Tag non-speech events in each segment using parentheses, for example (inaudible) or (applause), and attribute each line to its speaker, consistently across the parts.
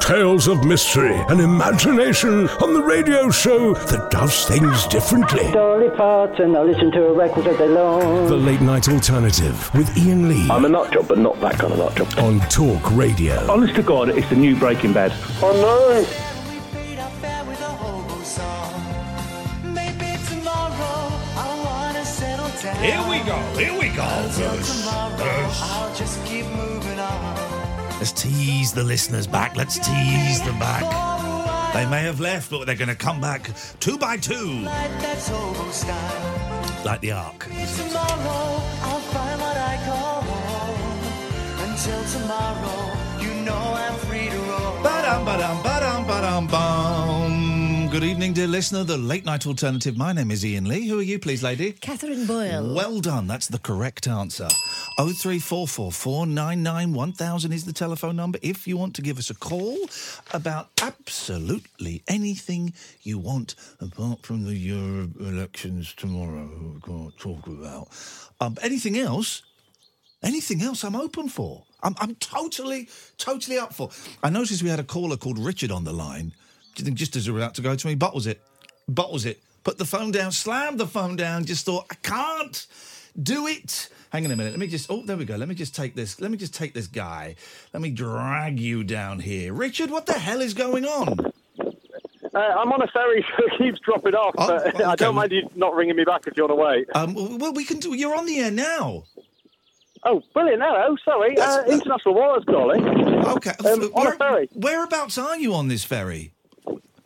Speaker 1: Tales of mystery and imagination on the radio show that does things differently.
Speaker 2: Dolly Parton, I listen to her records all day long.
Speaker 1: The Late Night Alternative with Ian Lee
Speaker 3: I'm a nut job, but not that kind of nut job.
Speaker 1: on Talk Radio.
Speaker 3: Honest to God, it's the new Breaking Bad.
Speaker 2: Oh no!
Speaker 4: We played our fair with a hobo song. Maybe tomorrow I wanna settle down.
Speaker 5: Here we go, here we go.
Speaker 4: Till tomorrow I'll just keep moving on.
Speaker 5: Let's tease the listeners back. Let's tease them back. They may have left, but they're going to come back two by two,
Speaker 4: Like that's hobo style.
Speaker 5: like the Ark.
Speaker 4: Maybe tomorrow I'll find what I call home. Until tomorrow, you know I'm free to roam.
Speaker 5: Ba-dum, ba-dum, ba-dum, ba-dum, bum. Good evening, dear listener. The late night alternative. My name is Ian Lee. Who are you, please, lady?
Speaker 6: Catherine Boyle.
Speaker 5: Well done. That's the correct answer. 03444 1000 is the telephone number if you want to give us a call about absolutely anything you want apart from the Euro elections tomorrow. We can't talk about um, anything else. Anything else I'm open for. I'm, I'm totally, totally up for. I noticed we had a caller called Richard on the line. Do you think just as we were about to go to me, bottles it, bottles it, put the phone down, slammed the phone down, just thought, I can't do it. Hang on a minute. Let me just, oh, there we go. Let me just take this. Let me just take this guy. Let me drag you down here. Richard, what the hell is going on?
Speaker 7: Uh, I'm on a ferry, (laughs) so it keeps dropping off.
Speaker 5: Oh,
Speaker 7: but (laughs) I
Speaker 5: okay.
Speaker 7: don't mind you not ringing me back if you want to wait.
Speaker 5: Um, w- well, we can do, you're on the air now.
Speaker 7: Oh, brilliant! Hello, sorry, uh,
Speaker 5: That's-
Speaker 7: international waters, darling.
Speaker 5: Okay.
Speaker 7: Um, on a ferry.
Speaker 5: Whereabouts are you on this ferry?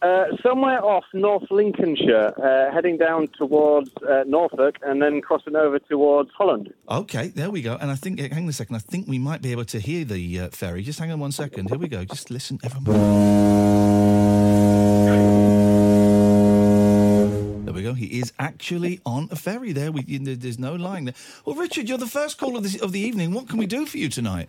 Speaker 7: Uh, somewhere off North Lincolnshire, uh, heading down towards uh, Norfolk, and then crossing over towards Holland.
Speaker 5: Okay, there we go. And I think, hang on a second, I think we might be able to hear the uh, ferry. Just hang on one second. Here we go. Just listen, everyone. There we go. He is actually on a ferry there. We, you- there's no lying there. Well, Richard, you're the first call of, this, of the evening. What can we do for you tonight?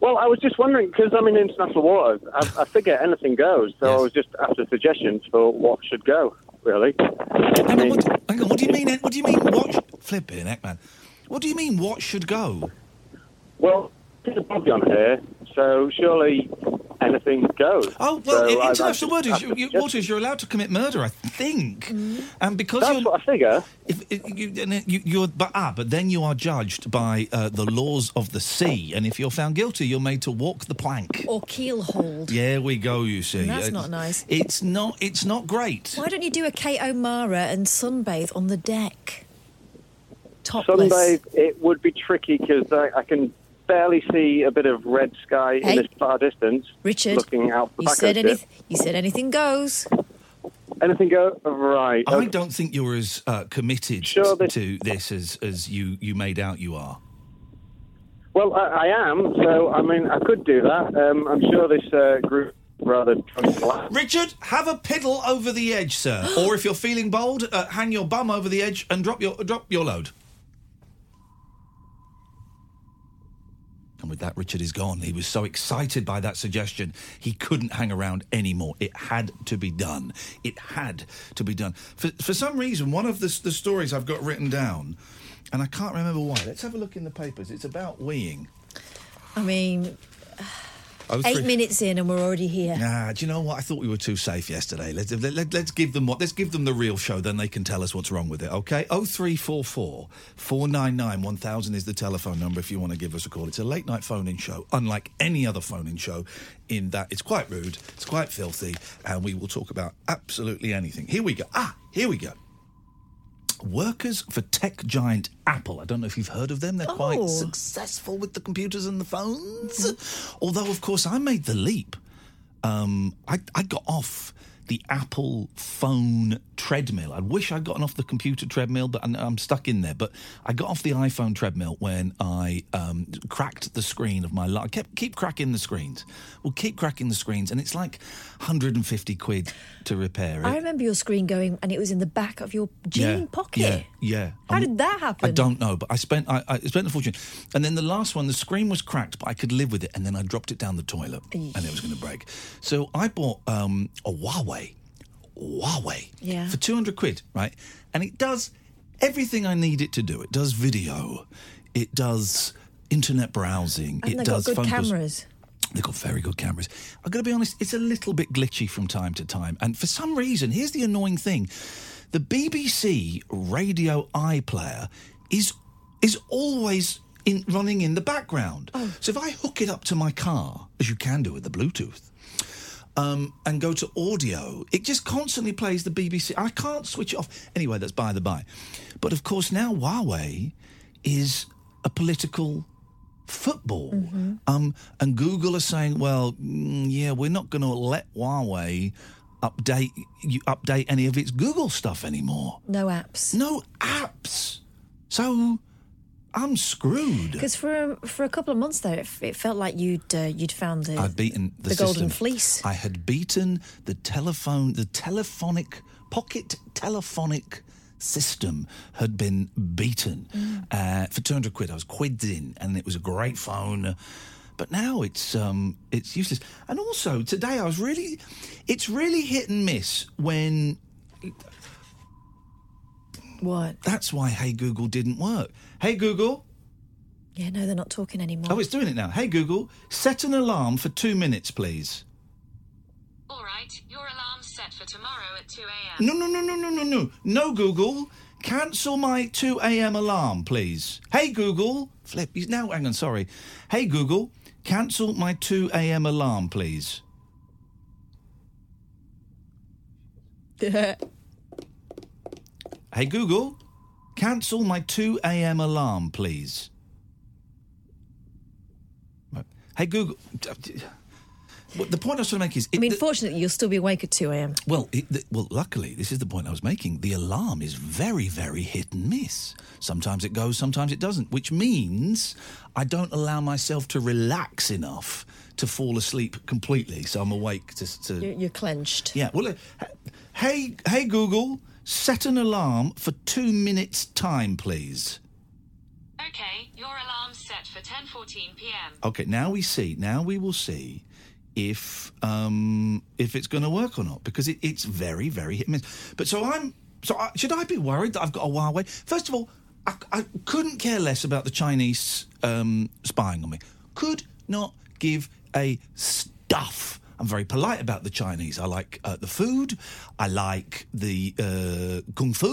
Speaker 7: Well, I was just wondering because I'm in international waters. I, I figure anything goes, so
Speaker 5: Yes.
Speaker 7: I was just after suggestions for what should go. Really? I
Speaker 5: Hang on,
Speaker 7: mean,
Speaker 5: what, hang on, what do you mean? What do you mean? What? Sh- flipping heck, man. What do you mean? What should go?
Speaker 7: well, there's a bobby on here, so surely anything goes.
Speaker 5: Oh well,
Speaker 7: So
Speaker 5: in
Speaker 7: I- I
Speaker 5: international
Speaker 7: just-
Speaker 5: waters, you,
Speaker 7: I
Speaker 5: you,
Speaker 7: just-
Speaker 5: waters, you're allowed to commit murder, I think.
Speaker 6: Mm.
Speaker 5: And because
Speaker 7: That's
Speaker 5: you're,
Speaker 7: what I figure.
Speaker 5: If, if you, and it- you, you're, but ah, but then you are judged by uh, the laws of the sea, and if you're found guilty, you're made to walk the plank.
Speaker 6: Or keel hold.
Speaker 5: Yeah, we go. You see,
Speaker 6: That's
Speaker 5: It's-
Speaker 6: not nice.
Speaker 5: It's not. It's not great.
Speaker 6: Why don't you do a Kate O'Mara and sunbathe on the deck? Topless.
Speaker 7: Sunday, it would be tricky because I, I can barely see a bit of red sky
Speaker 6: Hey.
Speaker 7: in this far distance.
Speaker 6: Richard,
Speaker 7: looking out the
Speaker 6: you
Speaker 7: back
Speaker 6: said
Speaker 7: of it.
Speaker 6: anything. You said anything goes.
Speaker 7: Anything go right?
Speaker 5: I
Speaker 7: okay.
Speaker 5: don't think you're as uh, committed
Speaker 7: Sure, but-
Speaker 5: to this as as you you made out you are.
Speaker 7: Well, I, I am. So I mean, I could do that. Um, I'm sure this uh, group rather drunk. laugh.
Speaker 5: Richard, have a piddle over the edge, sir, or if you're feeling bold, uh, hang your bum over the edge and drop your drop your load. And with that, Richard is gone. He was so excited by that suggestion, he couldn't hang around anymore. It had to be done. It had to be done. For, for some reason, one of the, s- the stories I've got written down, and I can't remember why. Let's have a look in the papers. It's about weeing.
Speaker 6: I mean,
Speaker 5: Oh,
Speaker 6: Eight
Speaker 5: three-
Speaker 6: minutes in, and we're already here.
Speaker 5: Nah, do you know what? I thought we were too safe yesterday. Let's let, let, us give them what let's give them the real show. Then they can tell us what's wrong with it. Okay, oh three four four four nine nine one thousand is the telephone number if you want to give us a call. It's a late night phone in show, unlike any other phone in show, in that it's quite rude, it's quite filthy, and we will talk about absolutely anything. Here we go. Ah, here we go. Workers for tech giant Apple. I don't know if you've heard of them. They're
Speaker 7: Oh.
Speaker 6: Oh.
Speaker 5: quite successful with the computers and the phones. Although, of course, I made the leap um, I, I got off the Apple phone treadmill. I wish I'd gotten off the computer treadmill, but I'm, I'm stuck in there. But I got off the iPhone treadmill when I um, cracked the screen of my. li- I kept keep cracking the screens. Well, keep cracking the screens, and it's like 150 quid to repair it.
Speaker 6: I remember your screen going, and it was in the back of your jean
Speaker 5: Yeah,
Speaker 6: pocket.
Speaker 5: Yeah, yeah.
Speaker 6: How did that happen?
Speaker 5: I don't know, but I spent I, I spent a fortune. And then the last one, the screen was cracked, but I could live with it. And then I dropped it down the toilet, and it was going to break. So I bought um, a Huawei, Huawei,
Speaker 4: Yeah.
Speaker 5: for two hundred quid, right? And it does everything I need it to do. It does video, it does internet browsing,
Speaker 6: And
Speaker 5: it
Speaker 6: they
Speaker 5: does
Speaker 6: got good
Speaker 5: phone calls.
Speaker 6: cameras.
Speaker 5: They've got very good cameras. I've got to be honest, it's a little bit glitchy from time to time. And for some reason, here's the annoying thing the BBC radio iPlayer is, is always in, running in the background. So if I hook it up to my car, as you can do with the Bluetooth, um, and go to audio, it just constantly plays the BBC. I can't switch it off. Anyway, that's by the by. But of course, now Huawei is a political football. Um, and Google are saying, well, mm, yeah, we're not going to let Huawei update you update any of its Google stuff anymore.
Speaker 6: No apps.
Speaker 5: No apps. So I'm screwed.
Speaker 6: Because for a, for a couple of months there, it, f- it felt like you'd uh, you'd found the
Speaker 5: I'd beaten the,
Speaker 6: the
Speaker 5: system.
Speaker 6: golden fleece.
Speaker 5: I had beaten the telephone, the telephonic pocket telephonic system had been beaten
Speaker 6: Mm.
Speaker 5: uh, for 200 quid. I was quids in, and it was a great phone. But now it's um, it's useless. And also today I was really, it's really hit and miss when
Speaker 6: What?
Speaker 5: that's why Hey Google didn't work. Hey Google,
Speaker 6: Yeah, no, they're not talking anymore.
Speaker 5: Oh, it's doing it now. Hey Google, set an alarm for two minutes, please. All right, your alarm's set for tomorrow at 2 a.m. No, no, no, no, no, no, no. No, Google, cancel my 2 a.m. alarm, please. Hey Google, flip. He's now, hang on, sorry. Hey Google, cancel my 2 a.m. alarm,
Speaker 6: (laughs)
Speaker 5: please. Hey Google, cancel my 2 a.m. alarm, please. Right. Hey Google, (laughs) what the point I was trying to make is,
Speaker 6: I mean, fortunately, you'll still be awake at two a.m.
Speaker 5: well, it, th well, luckily, this is the point I was making. The alarm is very, very hit and miss. Sometimes it goes, sometimes it doesn't, which means I don't allow myself to relax enough to fall asleep completely. So I'm awake to. to
Speaker 6: You're, you're clenched.
Speaker 5: yeah. Well, uh, hey, hey, Google, set an alarm for two minutes' time, please.
Speaker 8: Okay, your alarm's set for 10:14 p.m.
Speaker 5: Okay, now we see. Now we will see if um, if it's going to work or not because it, it's very very hit and miss. But so I'm so I, should I be worried that I've got a Huawei? First of all, I, I couldn't care less about the Chinese um, spying on me. Could not give a stuff. I'm very polite about the Chinese. I like uh, the food. I like the uh, kung fu,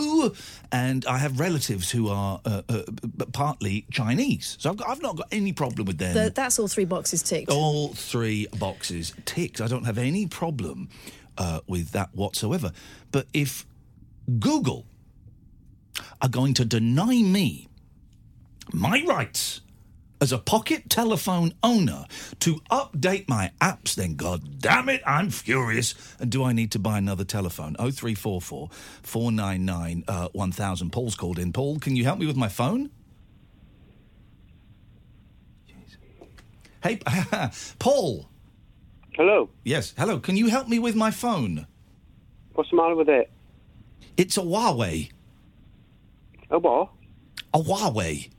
Speaker 5: and I have relatives who are uh, uh, b- b- partly Chinese. So I've, got, I've not got any problem with them.
Speaker 6: Th- that's all three boxes ticked.
Speaker 5: All three boxes ticked. I don't have any problem uh, with that whatsoever. But if Google are going to deny me my rights as a pocket telephone owner to update my apps, then god damn it, I'm furious. And do I need to buy another telephone? 0344 499 uh, 1000. Paul's called in. Paul, can you help me with my phone? Hey, (laughs) Paul.
Speaker 9: Hello.
Speaker 5: Yes, hello. Can you help me with my phone?
Speaker 9: What's the matter with it?
Speaker 5: It's a Huawei.
Speaker 9: (laughs) A what?
Speaker 5: A Huawei.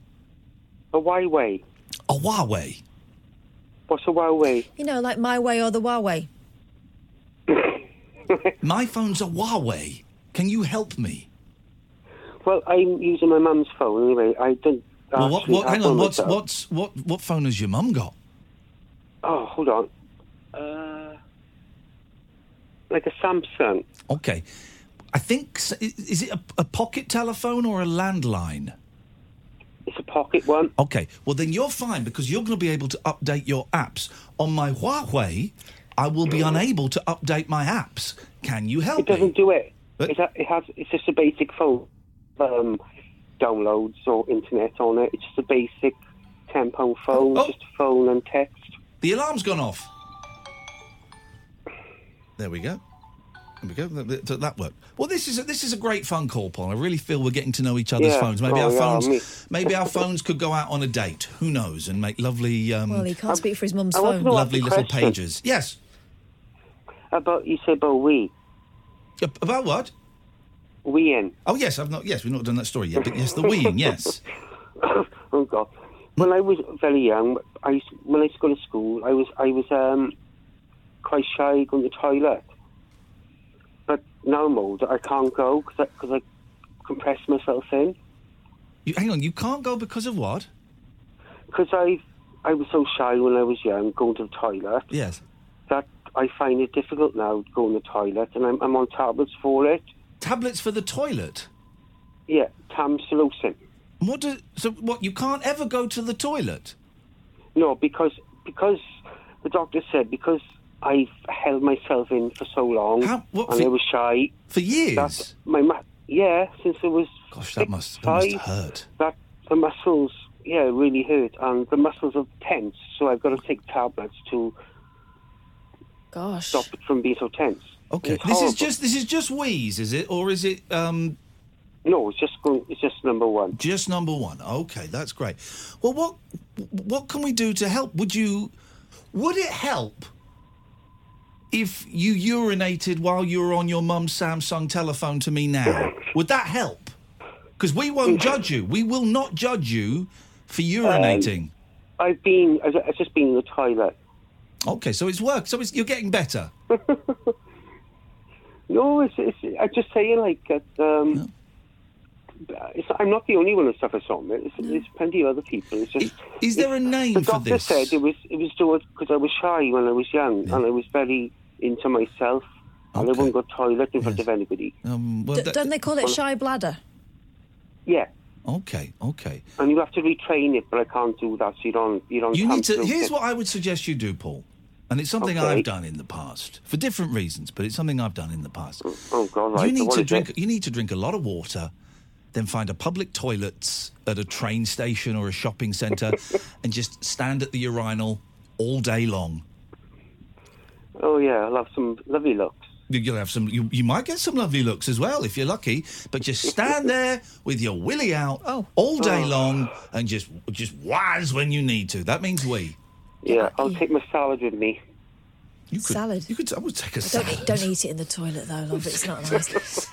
Speaker 9: A Huawei.
Speaker 5: A Huawei.
Speaker 9: What's a Huawei?
Speaker 6: You know, like my way or the Huawei.
Speaker 5: My phone's a Huawei. Can you help me?
Speaker 9: Well, I'm using my mum's phone anyway. I don't.
Speaker 5: Well, what,
Speaker 9: actually
Speaker 5: what,
Speaker 9: have
Speaker 5: hang
Speaker 9: one
Speaker 5: on. What's
Speaker 9: myself.
Speaker 5: what's what what phone has your mum got?
Speaker 9: Oh, hold on. Uh, like a Samsung.
Speaker 5: Okay. I think, s- i- is it a, a pocket telephone or a landline?
Speaker 9: It's a pocket one.
Speaker 5: Okay. Well, then you're fine because you're going to be able to update your apps. On my Huawei, I will be unable to update my apps. Can you help
Speaker 9: Mm-hmm. It doesn't
Speaker 5: me?
Speaker 9: do it. It's a, it has. It's just a basic phone. Um, downloads or internet on it. It's just a basic ten pound phone. Just a phone and text.
Speaker 5: Oh. The alarm's gone off. There we go. There we go. That, that- that worked. Well, this is a, this is a great phone call, Paul. I really feel we're getting to know each other's
Speaker 9: Yeah.
Speaker 5: phones. Maybe
Speaker 9: Oh,
Speaker 5: our
Speaker 9: yeah,
Speaker 5: phones,
Speaker 9: me.
Speaker 5: maybe our phones could go out on a date. Who knows? And make lovely, um,
Speaker 6: Well, he can't speak for his mum's
Speaker 9: I want
Speaker 6: phone.
Speaker 9: to know
Speaker 5: lovely
Speaker 9: ask a
Speaker 5: little
Speaker 9: question.
Speaker 5: pages. Yes.
Speaker 9: About you say about we.
Speaker 5: About what?
Speaker 9: We in.
Speaker 5: Oh yes, I've not. Yes, we've not done that story yet. But yes, the weeing. Yes.
Speaker 9: (laughs) oh God! When I was very young, I used, when I used to go to school, I was I was um, quite shy going to the toilet. But now I'm older, I can't go because I, 'cause I compress myself in
Speaker 5: You, hang on. You can't go because of what?
Speaker 9: because I I was so shy when I was young going to the toilet
Speaker 5: Yes.
Speaker 9: that I find it difficult now going to the toilet, and I'm, I'm on tablets for it.
Speaker 5: Tablets for the toilet.
Speaker 9: Yeah, Tamsulosin.
Speaker 5: What? Do, so what? You can't ever go to the toilet.
Speaker 9: No, because because the doctor said because I've held myself in for so long
Speaker 5: what,
Speaker 9: and
Speaker 5: for-
Speaker 9: I was shy
Speaker 5: for years.
Speaker 9: my ma- yeah, since I was
Speaker 5: Gosh,
Speaker 9: six,
Speaker 5: that must that
Speaker 9: five,
Speaker 5: must hurt.
Speaker 9: that the muscles yeah really hurt and the muscles are tense, so I've got to take tablets to
Speaker 6: Gosh.
Speaker 9: stop it from being so tense.
Speaker 5: Okay,
Speaker 9: It's
Speaker 5: this is
Speaker 9: horrible.
Speaker 5: just this is just wheeze, is it, or is it? Um,
Speaker 9: no, it's just going, it's just number one.
Speaker 5: Just number one. Okay, that's great. Well, what what can we do to help? Would you would it help if you urinated while you were on your mum's Samsung telephone to me
Speaker 9: (laughs)
Speaker 5: now? Would that help? Because we won't judge you. We will not judge you for urinating.
Speaker 9: Um, I've been I've, I've just been in the toilet.
Speaker 5: okay, so it's worked. So it's, you're getting better.
Speaker 9: No, it's, it's I'm just saying like that. Um, it's, I'm not the only one who suffers from it. It's, There's plenty of other people. It's just.
Speaker 5: Is there a name
Speaker 9: the
Speaker 5: for
Speaker 9: doctor
Speaker 5: this?
Speaker 9: said it was it was towards because I was shy when I was young and I was very into myself and I wouldn't go to toilet in front of anybody.
Speaker 5: Um, well,
Speaker 6: D-
Speaker 5: that-
Speaker 6: don't they call it shy bladder?
Speaker 9: Yeah,
Speaker 5: okay, okay.
Speaker 9: and you have to retrain it, but I can't do that. So you don't you don't.
Speaker 5: You
Speaker 9: come
Speaker 5: need to.
Speaker 9: through
Speaker 5: Here's
Speaker 9: it.
Speaker 5: what I would suggest you do, Paul. And it's something
Speaker 9: Okay.
Speaker 5: I've done in the past for different reasons, but it's something I've done in the past.
Speaker 9: Oh God! Right.
Speaker 5: you
Speaker 9: so
Speaker 5: need
Speaker 9: what
Speaker 5: to
Speaker 9: is
Speaker 5: drink.
Speaker 9: It?
Speaker 5: You need to drink a lot of water, then find a public toilets at a train station or a shopping
Speaker 9: (laughs)
Speaker 5: centre, and just stand at the urinal all day long.
Speaker 9: Oh yeah, I'll have some lovely looks.
Speaker 5: You- You'll have some. You, you might get some lovely looks as well if you're lucky. But just stand there with your willy out all day
Speaker 9: Oh.
Speaker 5: long and just just waz when you need to. That means we.
Speaker 9: Yeah, I'll take my salad with me.
Speaker 5: You could, salad. You could. I would take a
Speaker 6: Don't
Speaker 5: salad.
Speaker 6: eat, don't eat it in the toilet though, love. It's not
Speaker 5: (laughs)
Speaker 6: nice.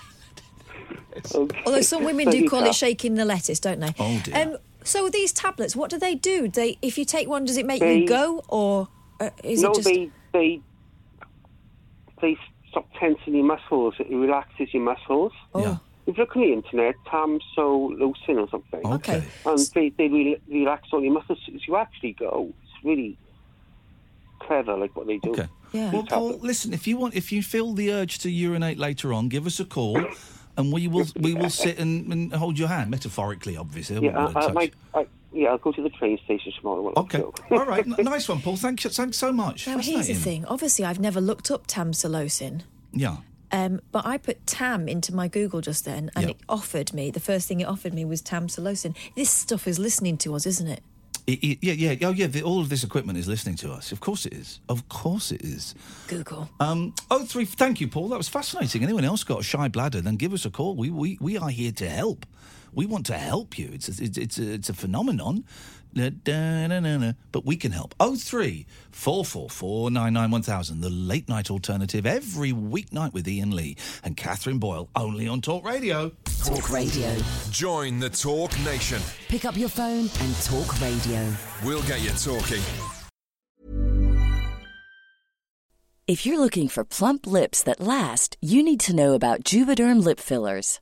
Speaker 9: Okay.
Speaker 6: Although some women
Speaker 9: There
Speaker 6: do
Speaker 9: you
Speaker 6: call
Speaker 9: go.
Speaker 6: it shaking the lettuce, don't they?
Speaker 5: Oh, dear.
Speaker 6: Um, so these tablets, what do they do? They, if you take one, does it make
Speaker 9: They-
Speaker 6: you go, or uh, is
Speaker 9: no,
Speaker 6: it just?
Speaker 9: they they they stop tensing your muscles. It relaxes your muscles.
Speaker 6: Oh.
Speaker 5: Yeah.
Speaker 9: If you look on the internet, Tam So Lucin or something.
Speaker 5: Okay.
Speaker 9: And they, they re- relax all your muscles. So you actually go. It's really clever, like what they do. Okay.
Speaker 6: Yeah.
Speaker 5: Well, Paul, listen. If you want, if you feel the urge to urinate later on, give us a call, and we will we will sit and, and hold your hand, metaphorically, obviously. I
Speaker 9: Yeah, uh,
Speaker 5: wouldn't
Speaker 9: I,
Speaker 5: want
Speaker 9: I
Speaker 5: to
Speaker 9: might. I, yeah, I'll go to the train station tomorrow. When
Speaker 5: Okay. (laughs) All right. N- nice one, Paul. Thank you. Thanks so much.
Speaker 6: Now here's the
Speaker 5: Fascinating.
Speaker 6: thing. Obviously, I've never looked up Tamsulosin,
Speaker 5: Yeah.
Speaker 6: um, but I put Tam into my Google just then, and
Speaker 5: Yep.
Speaker 6: it offered me the first thing it offered me was Tamsulosin. This stuff is listening to us, isn't it?
Speaker 5: It- it- yeah. Yeah. Oh, yeah. The, all of this equipment is listening to us. Of course it is. Of course it is.
Speaker 6: Google.
Speaker 5: Um, oh, three. Thank you, Paul. That was fascinating. Anyone else got a shy bladder? Then give us a call. We we, we are here to help. We want to help you. It's a, it's it's a, it's a phenomenon. Da, da, na, na, na. But we can help. Oh three four four four nine nine one thousand. The late night alternative every weeknight with Ian Lee and Catherine Boyle only on Talk Radio.
Speaker 10: Talk Radio.
Speaker 11: Join the Talk Nation.
Speaker 10: Pick up your phone and talk radio.
Speaker 11: We'll get you talking.
Speaker 10: If you're looking for plump lips that last, you need to know about Juvederm lip fillers.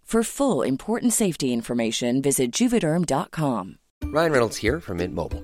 Speaker 12: For full important safety information, visit juvederm.com.
Speaker 13: Ryan Reynolds here from Mint Mobile.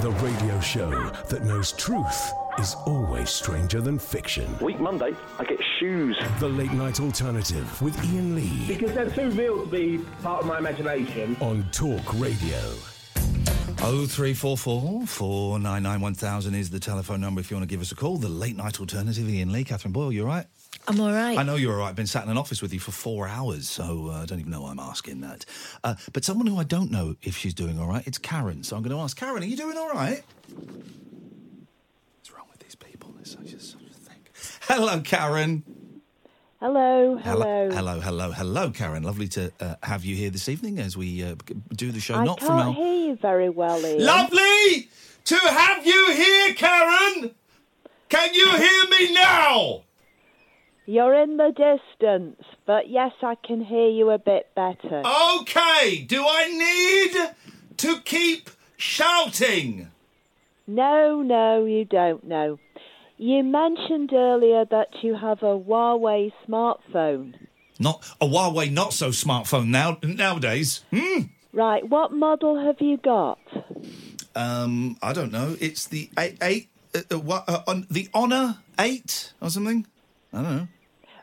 Speaker 1: The radio show that knows truth is always stranger than fiction.
Speaker 3: Week Monday, I get shoes.
Speaker 1: The late night alternative with Ian Lee
Speaker 14: Because they're too real to be part of my imagination.
Speaker 1: on Talk Radio.
Speaker 5: Oh, 0344 499 1000 is the telephone number if you want to give us a call. The late night alternative, Ian Lee, Catherine Boyle, you all right?
Speaker 6: I'm all right.
Speaker 5: I know you're all right. I've been sat in an office with you for four hours, so uh, I don't even know why I'm asking that. Uh, but someone who I don't know if she's doing all right, it's Karen. So I'm going to ask Karen, are you doing all right? What's wrong with these people? There's such a, such a thing. Hello, Karen.
Speaker 15: Hello, hello.
Speaker 5: Hello, hello, hello, Karen. Lovely to uh, have you here this evening as we uh, g- do the show.
Speaker 15: I
Speaker 5: not
Speaker 15: can't
Speaker 5: from our.
Speaker 15: hear you very well, Ian.
Speaker 5: Lovely
Speaker 4: to have you here, Karen. Can you hear me now?
Speaker 15: You're in the distance, but yes, I can hear you a bit better.
Speaker 5: Oh.
Speaker 4: Okay. Do I need to keep shouting?
Speaker 15: No, no, you don't know. You mentioned earlier that you have a Huawei smartphone.
Speaker 5: Not a Huawei, not so smartphone now nowadays. Hmm.
Speaker 15: Right, what model have you got?
Speaker 5: Um, I don't know. It's the eight, eight uh, uh, what, uh, on the Honor eight or something. I don't know.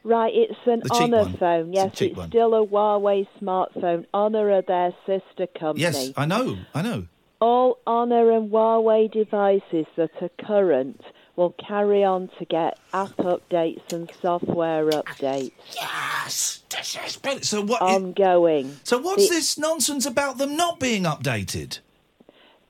Speaker 15: Right, it's an
Speaker 5: The cheap
Speaker 15: Honor
Speaker 5: one.
Speaker 15: phone.
Speaker 5: It's a
Speaker 15: Yes, it's,
Speaker 5: cheap one.
Speaker 15: still a Huawei smartphone. Honor are their sister company.
Speaker 5: Yes, I know. I know.
Speaker 15: All Honor and Huawei devices that are current will carry on to get app updates and software updates.
Speaker 5: Yes, this is brilliant. So what?
Speaker 15: Ongoing.
Speaker 5: So what's
Speaker 15: The-
Speaker 5: this nonsense about them not being updated?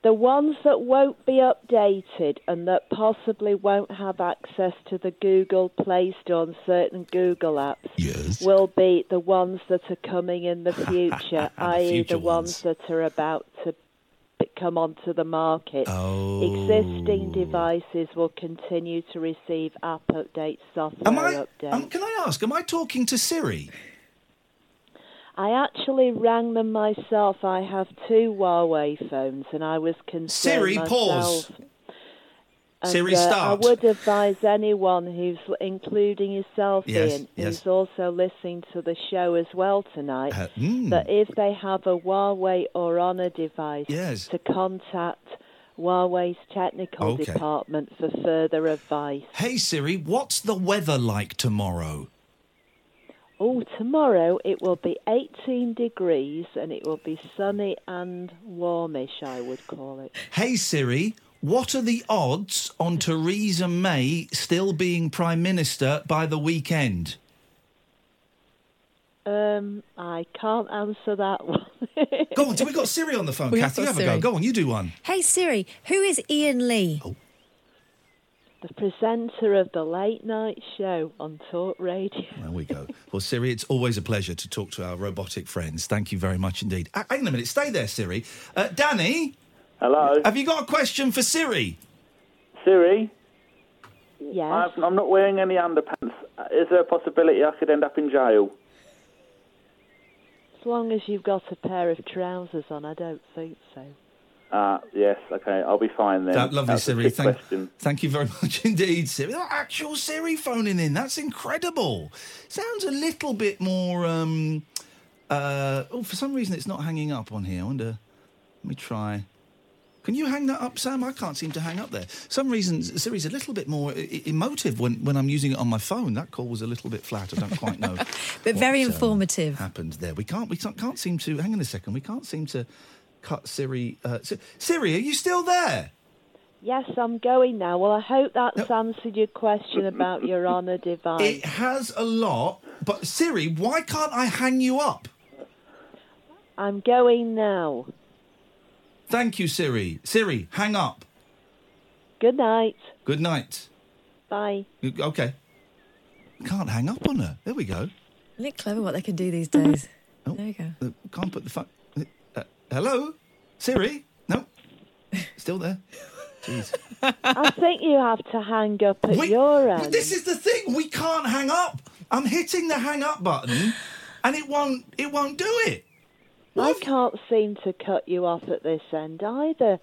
Speaker 15: The ones that won't be updated and that possibly won't have access to the Google Play Store and certain Google apps will be the ones that are coming
Speaker 5: (laughs)
Speaker 15: in the future, i.e.,
Speaker 5: future
Speaker 15: the ones that are about to b- come onto the market.
Speaker 5: Oh.
Speaker 15: Existing devices will continue to receive app updates, software updates.
Speaker 5: Um, can I ask? Am I talking to Siri?
Speaker 15: I actually rang them myself. I have two Huawei phones, and I was concerned.
Speaker 5: Siri, pause.
Speaker 15: myself. And,
Speaker 5: Siri,
Speaker 15: uh,
Speaker 5: start.
Speaker 15: I would advise anyone who's, l- including yourself,
Speaker 5: Yes,
Speaker 15: Ian,
Speaker 5: yes.
Speaker 15: who's also listening to the show as well tonight,
Speaker 5: Uh, mm.
Speaker 15: that if they have a Huawei or Honor device,
Speaker 5: Yes.
Speaker 15: to contact Huawei's technical
Speaker 5: Okay.
Speaker 15: department for further advice.
Speaker 5: Hey Siri, what's the weather like tomorrow?
Speaker 15: Oh, tomorrow it will be 18 degrees and it will be sunny and warmish, I would call it.
Speaker 5: Hey Siri, what are the odds on Theresa May still being Prime Minister by the weekend?
Speaker 15: Um, I can't answer that (laughs) one.
Speaker 5: Go on, do we got Siri on the phone?
Speaker 6: We have
Speaker 5: Kathy,
Speaker 6: got
Speaker 5: have a go.
Speaker 6: Siri.
Speaker 5: Go on, you do one.
Speaker 6: Hey Siri, who is Ian Lee?
Speaker 5: Oh.
Speaker 15: The presenter of the late night show on Talk Radio.
Speaker 5: There we go. Well, Siri, it's always a pleasure to talk to our robotic friends. Thank you very much indeed. Ah, hang on a minute, stay there, Siri. Uh, Danny?
Speaker 3: Hello.
Speaker 5: Have you got a question for Siri?
Speaker 3: Siri,
Speaker 15: Yes.
Speaker 3: I've, I'm not wearing any underpants. Uh, Is there a possibility I could end up in jail?
Speaker 15: As long as you've got a pair of trousers on, I don't think so.
Speaker 3: Ah, yes. Okay, I'll be fine then.
Speaker 5: That lovely
Speaker 3: That's a
Speaker 5: Siri.
Speaker 3: sick
Speaker 5: Thank,
Speaker 3: question.
Speaker 5: thank you very (laughs) much indeed, Siri. Oh, actual Siri phoning in. That's incredible. Sounds a little bit more. Um, uh, oh, for some reason it's not hanging up on here. I wonder. Let me try. Can you hang that up, Sam? I can't seem to hang up there. Some reason Siri's a little bit more e- emotive when, when I'm using it on my phone. That call was a little bit flat. I don't quite
Speaker 6: (laughs)
Speaker 5: know.
Speaker 6: But very
Speaker 5: What's, um,
Speaker 6: informative.
Speaker 5: happened there. We can't. We can't, can't seem to. Hang on a second. We can't seem to cut Siri. Uh, Si- Siri, are you still there?
Speaker 15: Yes, I'm going now. Well, I hope that's answered your question about your honour
Speaker 5: It (laughs)
Speaker 15: divine.
Speaker 5: has a lot, but Siri, why can't I hang you up?
Speaker 15: I'm going now.
Speaker 5: Thank you, Siri. Siri, hang up.
Speaker 15: Good night.
Speaker 5: Good night. (laughs)
Speaker 15: Bye.
Speaker 5: Okay. Can't hang up on her. There we go.
Speaker 6: Isn't it clever what they can do these days? There you go.
Speaker 5: Uh, Can't put the phone. Uh, hello, Siri. No, still there. Jeez.
Speaker 15: I think you have to hang up at your end.
Speaker 5: This is the thing. We can't hang up. I'm hitting the hang up button, and it won't. It won't do it.
Speaker 15: I can't seem to cut you off at this end either.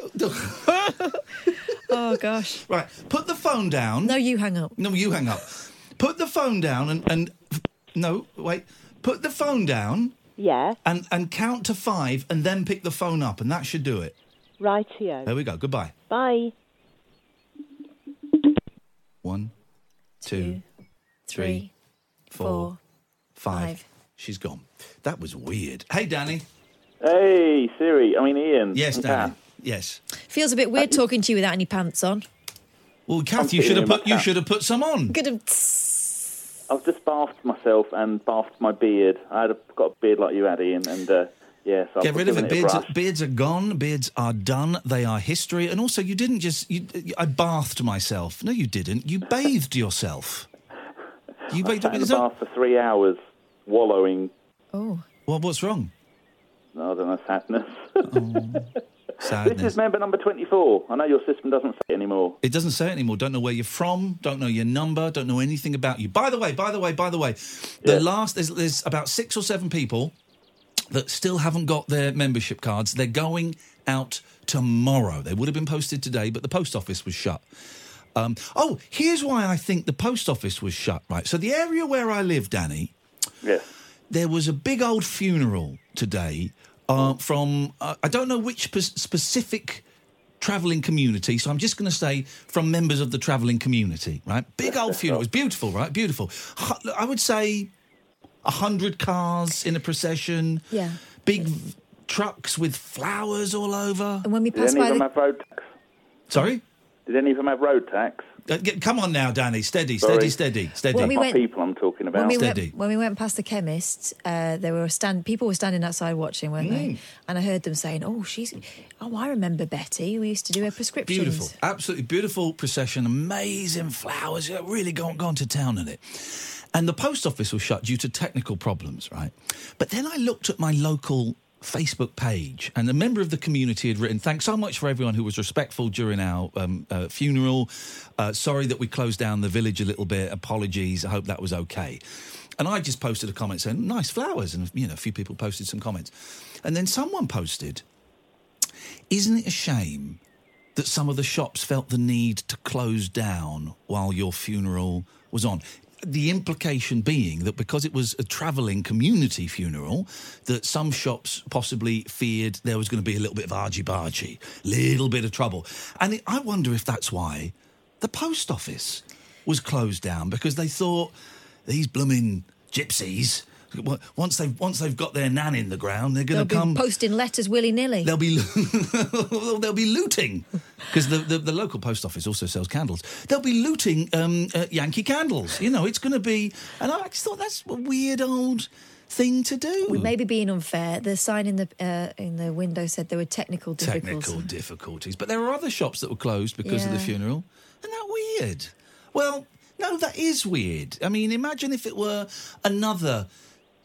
Speaker 6: oh gosh.
Speaker 5: Right. Put the phone down.
Speaker 6: No, you hang up.
Speaker 5: No, you hang up. Put the phone down and and no wait. Put the phone down.
Speaker 15: Yeah.
Speaker 5: And and count to five, and then pick the phone up, and that should do it.
Speaker 15: Rightio.
Speaker 5: There we go. Goodbye.
Speaker 15: Bye.
Speaker 5: One, two, three, four,
Speaker 6: four,
Speaker 5: five. She's gone. That was weird. Hey, Danny.
Speaker 3: Hey, Siri. I mean, Ian.
Speaker 5: Yes, Danny. Yes.
Speaker 6: (laughs) Feels a bit weird talking to you without any pants on.
Speaker 5: Well, Kath,
Speaker 3: I'm
Speaker 5: you should have
Speaker 3: feeling
Speaker 5: put
Speaker 3: my
Speaker 5: you
Speaker 3: cat.
Speaker 5: should have put some on.
Speaker 6: Could have.
Speaker 3: I've just bathed myself and bathed my beard. I had a, got a beard like you had, Ian, and uh, yes, I've
Speaker 5: Get rid of
Speaker 3: given
Speaker 5: it.
Speaker 3: a
Speaker 5: Beards,
Speaker 3: brush.
Speaker 5: beards are gone. Beards are done. They are history. And also, you didn't just. You, I bathed myself. No, you didn't. You bathed yourself. You bathed.
Speaker 3: Sat in the
Speaker 5: is that-
Speaker 3: bath for three hours, wallowing.
Speaker 6: Oh.
Speaker 5: Well, what's wrong?
Speaker 3: I don't know, sadness.
Speaker 5: Sadness.
Speaker 3: (laughs) This is member number 24. I know your system doesn't say it anymore.
Speaker 5: It doesn't say it anymore. Don't know where you're from. Don't know your number. Don't know anything about you. By the way, by the way, by the way, the last there's, there's about six or seven people that still haven't got their membership cards. They're going out tomorrow. They would have been posted today, but the post office was shut. Um, oh, here's why I think the post office was shut. Right. So the area where I live, Danny, there was a big old funeral today uh, from uh, I don't know which pers- specific travelling community. So I'm just going to say from members of the travelling community, right? Big old funeral. It was beautiful, right? Beautiful. Hu- I would say a hundred cars in a procession.
Speaker 6: Yeah.
Speaker 5: Big v- trucks with flowers all over.
Speaker 6: And when we
Speaker 3: Did
Speaker 6: pass
Speaker 3: any of
Speaker 6: by
Speaker 3: them
Speaker 6: the
Speaker 3: have road tax?
Speaker 5: Sorry.
Speaker 3: Did any of them have road tax?
Speaker 5: Uh, get- come on now, Danny. Steady, steady,
Speaker 3: Sorry.
Speaker 5: steady, steady.
Speaker 6: When we My went- people
Speaker 3: I'm talking
Speaker 6: when we,
Speaker 5: steady.
Speaker 6: went, when we went past the chemist, uh, there were stand people were standing outside watching, weren't
Speaker 5: Mm.
Speaker 6: they? And I heard them saying, "Oh, she's oh, I remember Betty. We used to do her prescriptions."
Speaker 5: Beautiful, absolutely beautiful procession, amazing flowers. Yeah, really gone gone to town on it. And the post office was shut due to technical problems, right? But then I looked at my local Facebook page, and a member of the community had written, "Thanks so much for everyone who was respectful during our um, uh, funeral. Uh, sorry that we closed down the village a little bit. Apologies. I hope that was okay." And I just posted a comment saying, "Nice flowers," and you know, a few people posted some comments, and then someone posted, "Isn't it a shame?" that some of the shops felt the need to close down while your funeral was on. The implication being that because it was a travelling community funeral, that some shops possibly feared there was going to be a little bit of argy bargy, little bit of trouble. And it, I wonder if that's why the post office was closed down because they thought these blooming gypsies w- once they've once they've got their nan in the ground, they're
Speaker 6: They'll
Speaker 5: going
Speaker 6: be
Speaker 5: to come.
Speaker 6: posting letters willy nilly.
Speaker 5: They'll be (laughs) they'll be looting because the, the the local post office also sells candles. They'll be looting um, uh, Yankee candles. You know, it's going to be. And I just thought that's a weird old thing to do.
Speaker 6: We may be being unfair. The sign in the uh, in the window said there were technical difficulties.
Speaker 5: Technical difficulties, but there were other shops that were closed because of the
Speaker 6: Yeah.
Speaker 5: funeral. Isn't that weird? Well, no, that is weird. I mean, imagine if it were another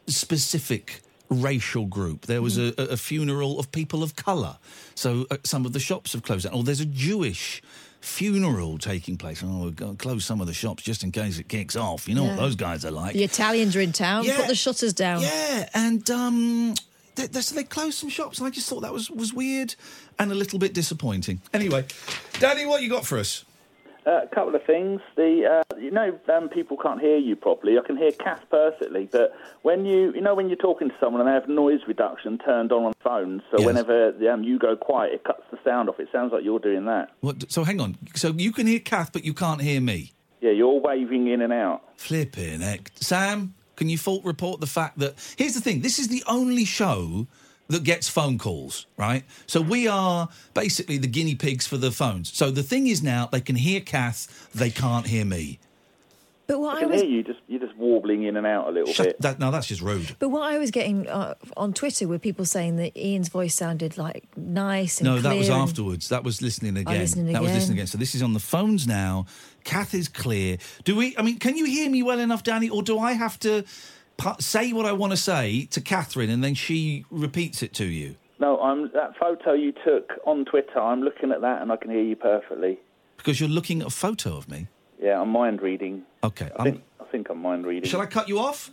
Speaker 5: specific racial group. There
Speaker 6: Hmm.
Speaker 5: was a, a funeral of people of colour. So uh, some of the shops have closed down. Or there's a Jewish funeral taking place. Oh, we've got to close some of the shops just in case it kicks off. You know what
Speaker 6: Yeah.
Speaker 5: those guys are like.
Speaker 6: The Italians are in town.
Speaker 5: Yeah.
Speaker 6: Put the shutters down.
Speaker 5: Yeah, and um, they, they, so they closed some shops, and I just thought that was, was weird and a little bit disappointing. Anyway, Danny, what you got for us?
Speaker 3: Uh, a couple of things. The uh, you know um, people can't hear you properly. I can hear Cass perfectly, but when you you know when you're talking to someone and they have noise reduction turned on on phones, so
Speaker 5: Yes.
Speaker 3: whenever um, you go quiet, it cuts the sound off. It sounds like you're doing that.
Speaker 5: What? So hang on. So you can hear Kath, but you can't hear me.
Speaker 3: Yeah, you're waving in and out.
Speaker 5: Flipping heck. Sam, can you fault report the fact that here's the thing: this is the only show that gets phone calls, right? So we are basically the guinea pigs for the phones. So the thing is now they can hear Kath, they can't hear me.
Speaker 6: But what
Speaker 3: I
Speaker 6: I
Speaker 3: can
Speaker 6: was
Speaker 3: hear you. Just you're just warbling in and out a little bit.
Speaker 5: That, now that's just rude.
Speaker 6: But what I was getting uh, on Twitter were people saying that Ian's voice sounded like nice and
Speaker 5: No, that was
Speaker 6: clear and- Oh,
Speaker 5: afterwards. That was listening again.
Speaker 6: listening
Speaker 5: that was
Speaker 6: again.
Speaker 5: listening again. So this is on the phones now. Kath is clear. Do we? I mean, can you hear me well enough, Danny, or do I have to pu- say what I want to say to Catherine and then she repeats it to you?
Speaker 3: No, I'm that photo you took on Twitter. I'm looking at that and I can hear you perfectly.
Speaker 5: Because you're looking at a photo of me.
Speaker 3: Yeah, I'm mind reading.
Speaker 5: Okay.
Speaker 3: I think I think I'm mind reading.
Speaker 5: Shall I cut you off?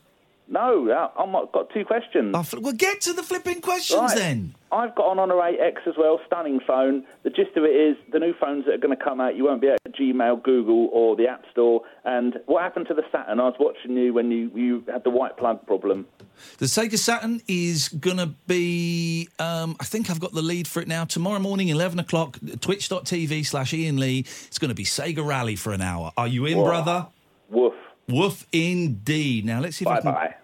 Speaker 3: No, I- I'm- I've got two questions.
Speaker 5: well, get to the flipping questions then.
Speaker 3: I've got an Honor 8X as well, stunning phone. The gist of it is the new phones that are going to come out, you won't be able to Gmail, Google, or the App Store. And what happened to the Saturn? I was watching you when you, you had the white plug problem.
Speaker 5: The Sega Saturn is gonna be. Um, I think I've got the lead for it now. Tomorrow morning, eleven o'clock, twitch.tv slash Ian Lee. It's gonna be Sega Rally for an hour. Are you in,
Speaker 3: Whoa.
Speaker 5: brother?
Speaker 3: Woof.
Speaker 5: Woof indeed. Now let's see if I can. Bye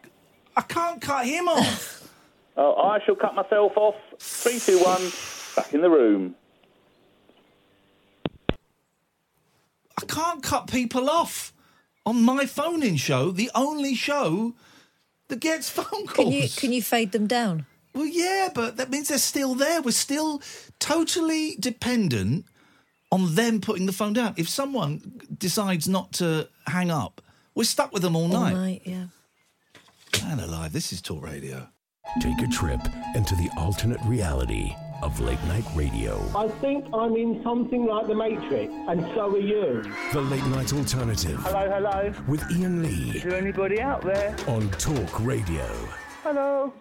Speaker 5: I can't cut him off.
Speaker 3: (laughs) Oh, I shall cut myself off. Three, two, one. Back in the room.
Speaker 5: I can't cut people off on my phone in show, the only show that gets (laughs) phone calls.
Speaker 6: Can you can you fade them down?
Speaker 5: Well, yeah, but that means they're still there. We're still totally dependent on them putting the phone down. If someone decides not to hang up, we're stuck with them all
Speaker 6: All
Speaker 5: night.
Speaker 6: night, yeah.
Speaker 5: Man alive, this is Talk Radio.
Speaker 1: Take a trip into the alternate reality of late night radio.
Speaker 14: I think I'm in something like The Matrix, and so are you.
Speaker 1: The late night alternative
Speaker 14: Hello, hello.
Speaker 1: with Ian Lee
Speaker 14: there anybody out there?
Speaker 1: on Talk Radio.
Speaker 14: Hello.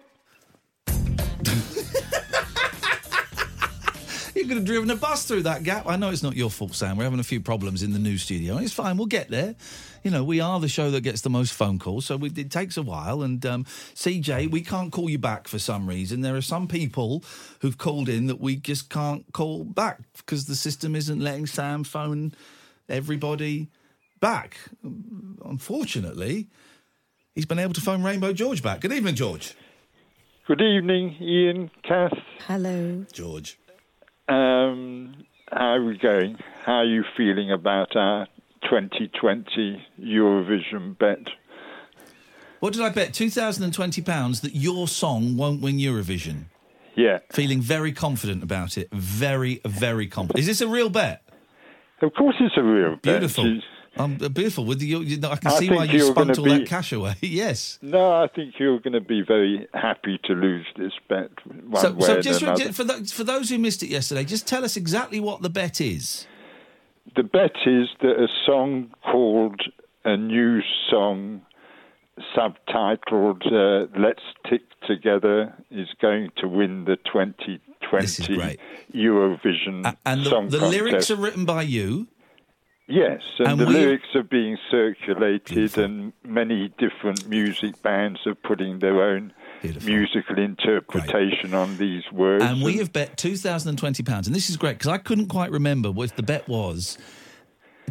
Speaker 5: You could have driven a bus through that gap. I know it's not your fault, Sam. We're having a few problems in the new studio. It's fine. We'll get there. You know, we are the show that gets the most phone calls, so we, it takes a while. And um, CJ, we can't call you back for some reason. There are some people who've called in that we just can't call back because the system isn't letting Sam phone everybody back. Unfortunately, he's been able to phone Rainbow George back. Good evening, George.
Speaker 16: Good evening, Ian, Cass.
Speaker 6: Hello.
Speaker 5: George.
Speaker 16: Um, how are we going? How are you feeling about our 2020 Eurovision bet?
Speaker 5: What did I bet? Two thousand and twenty pounds that your song won't win Eurovision.
Speaker 16: Yeah.
Speaker 5: Feeling very confident about it. Very, very confident. Is this a real bet?
Speaker 16: Of course, it's a real bet.
Speaker 5: Beautiful. Um, beautiful. With the, you, you know, I can
Speaker 16: Uh, I
Speaker 5: see why
Speaker 16: think
Speaker 5: you
Speaker 16: you're
Speaker 5: spunked
Speaker 16: gonna
Speaker 5: all
Speaker 16: be-
Speaker 5: that cash away. (laughs) yes.
Speaker 16: No, I think you're going to be very happy to lose this bet one
Speaker 5: so,
Speaker 16: way
Speaker 5: so
Speaker 16: or
Speaker 5: just for,
Speaker 16: another.
Speaker 5: ju- for, tho- for those who missed it yesterday, just tell us exactly what the bet is.
Speaker 16: The bet is that a song called a new song, subtitled uh, "Let's Tick Together," is going to win the 2020 Eurovision
Speaker 5: And the,
Speaker 16: Song
Speaker 5: the
Speaker 16: Contest.
Speaker 5: lyrics are written by you.
Speaker 16: yes, and,
Speaker 5: and
Speaker 16: the
Speaker 5: we-
Speaker 16: lyrics are being circulated, and many different music bands are putting their own musical interpretation on these words.
Speaker 5: And we have bet two thousand and twenty pounds, and this is great because I couldn't quite remember what the bet was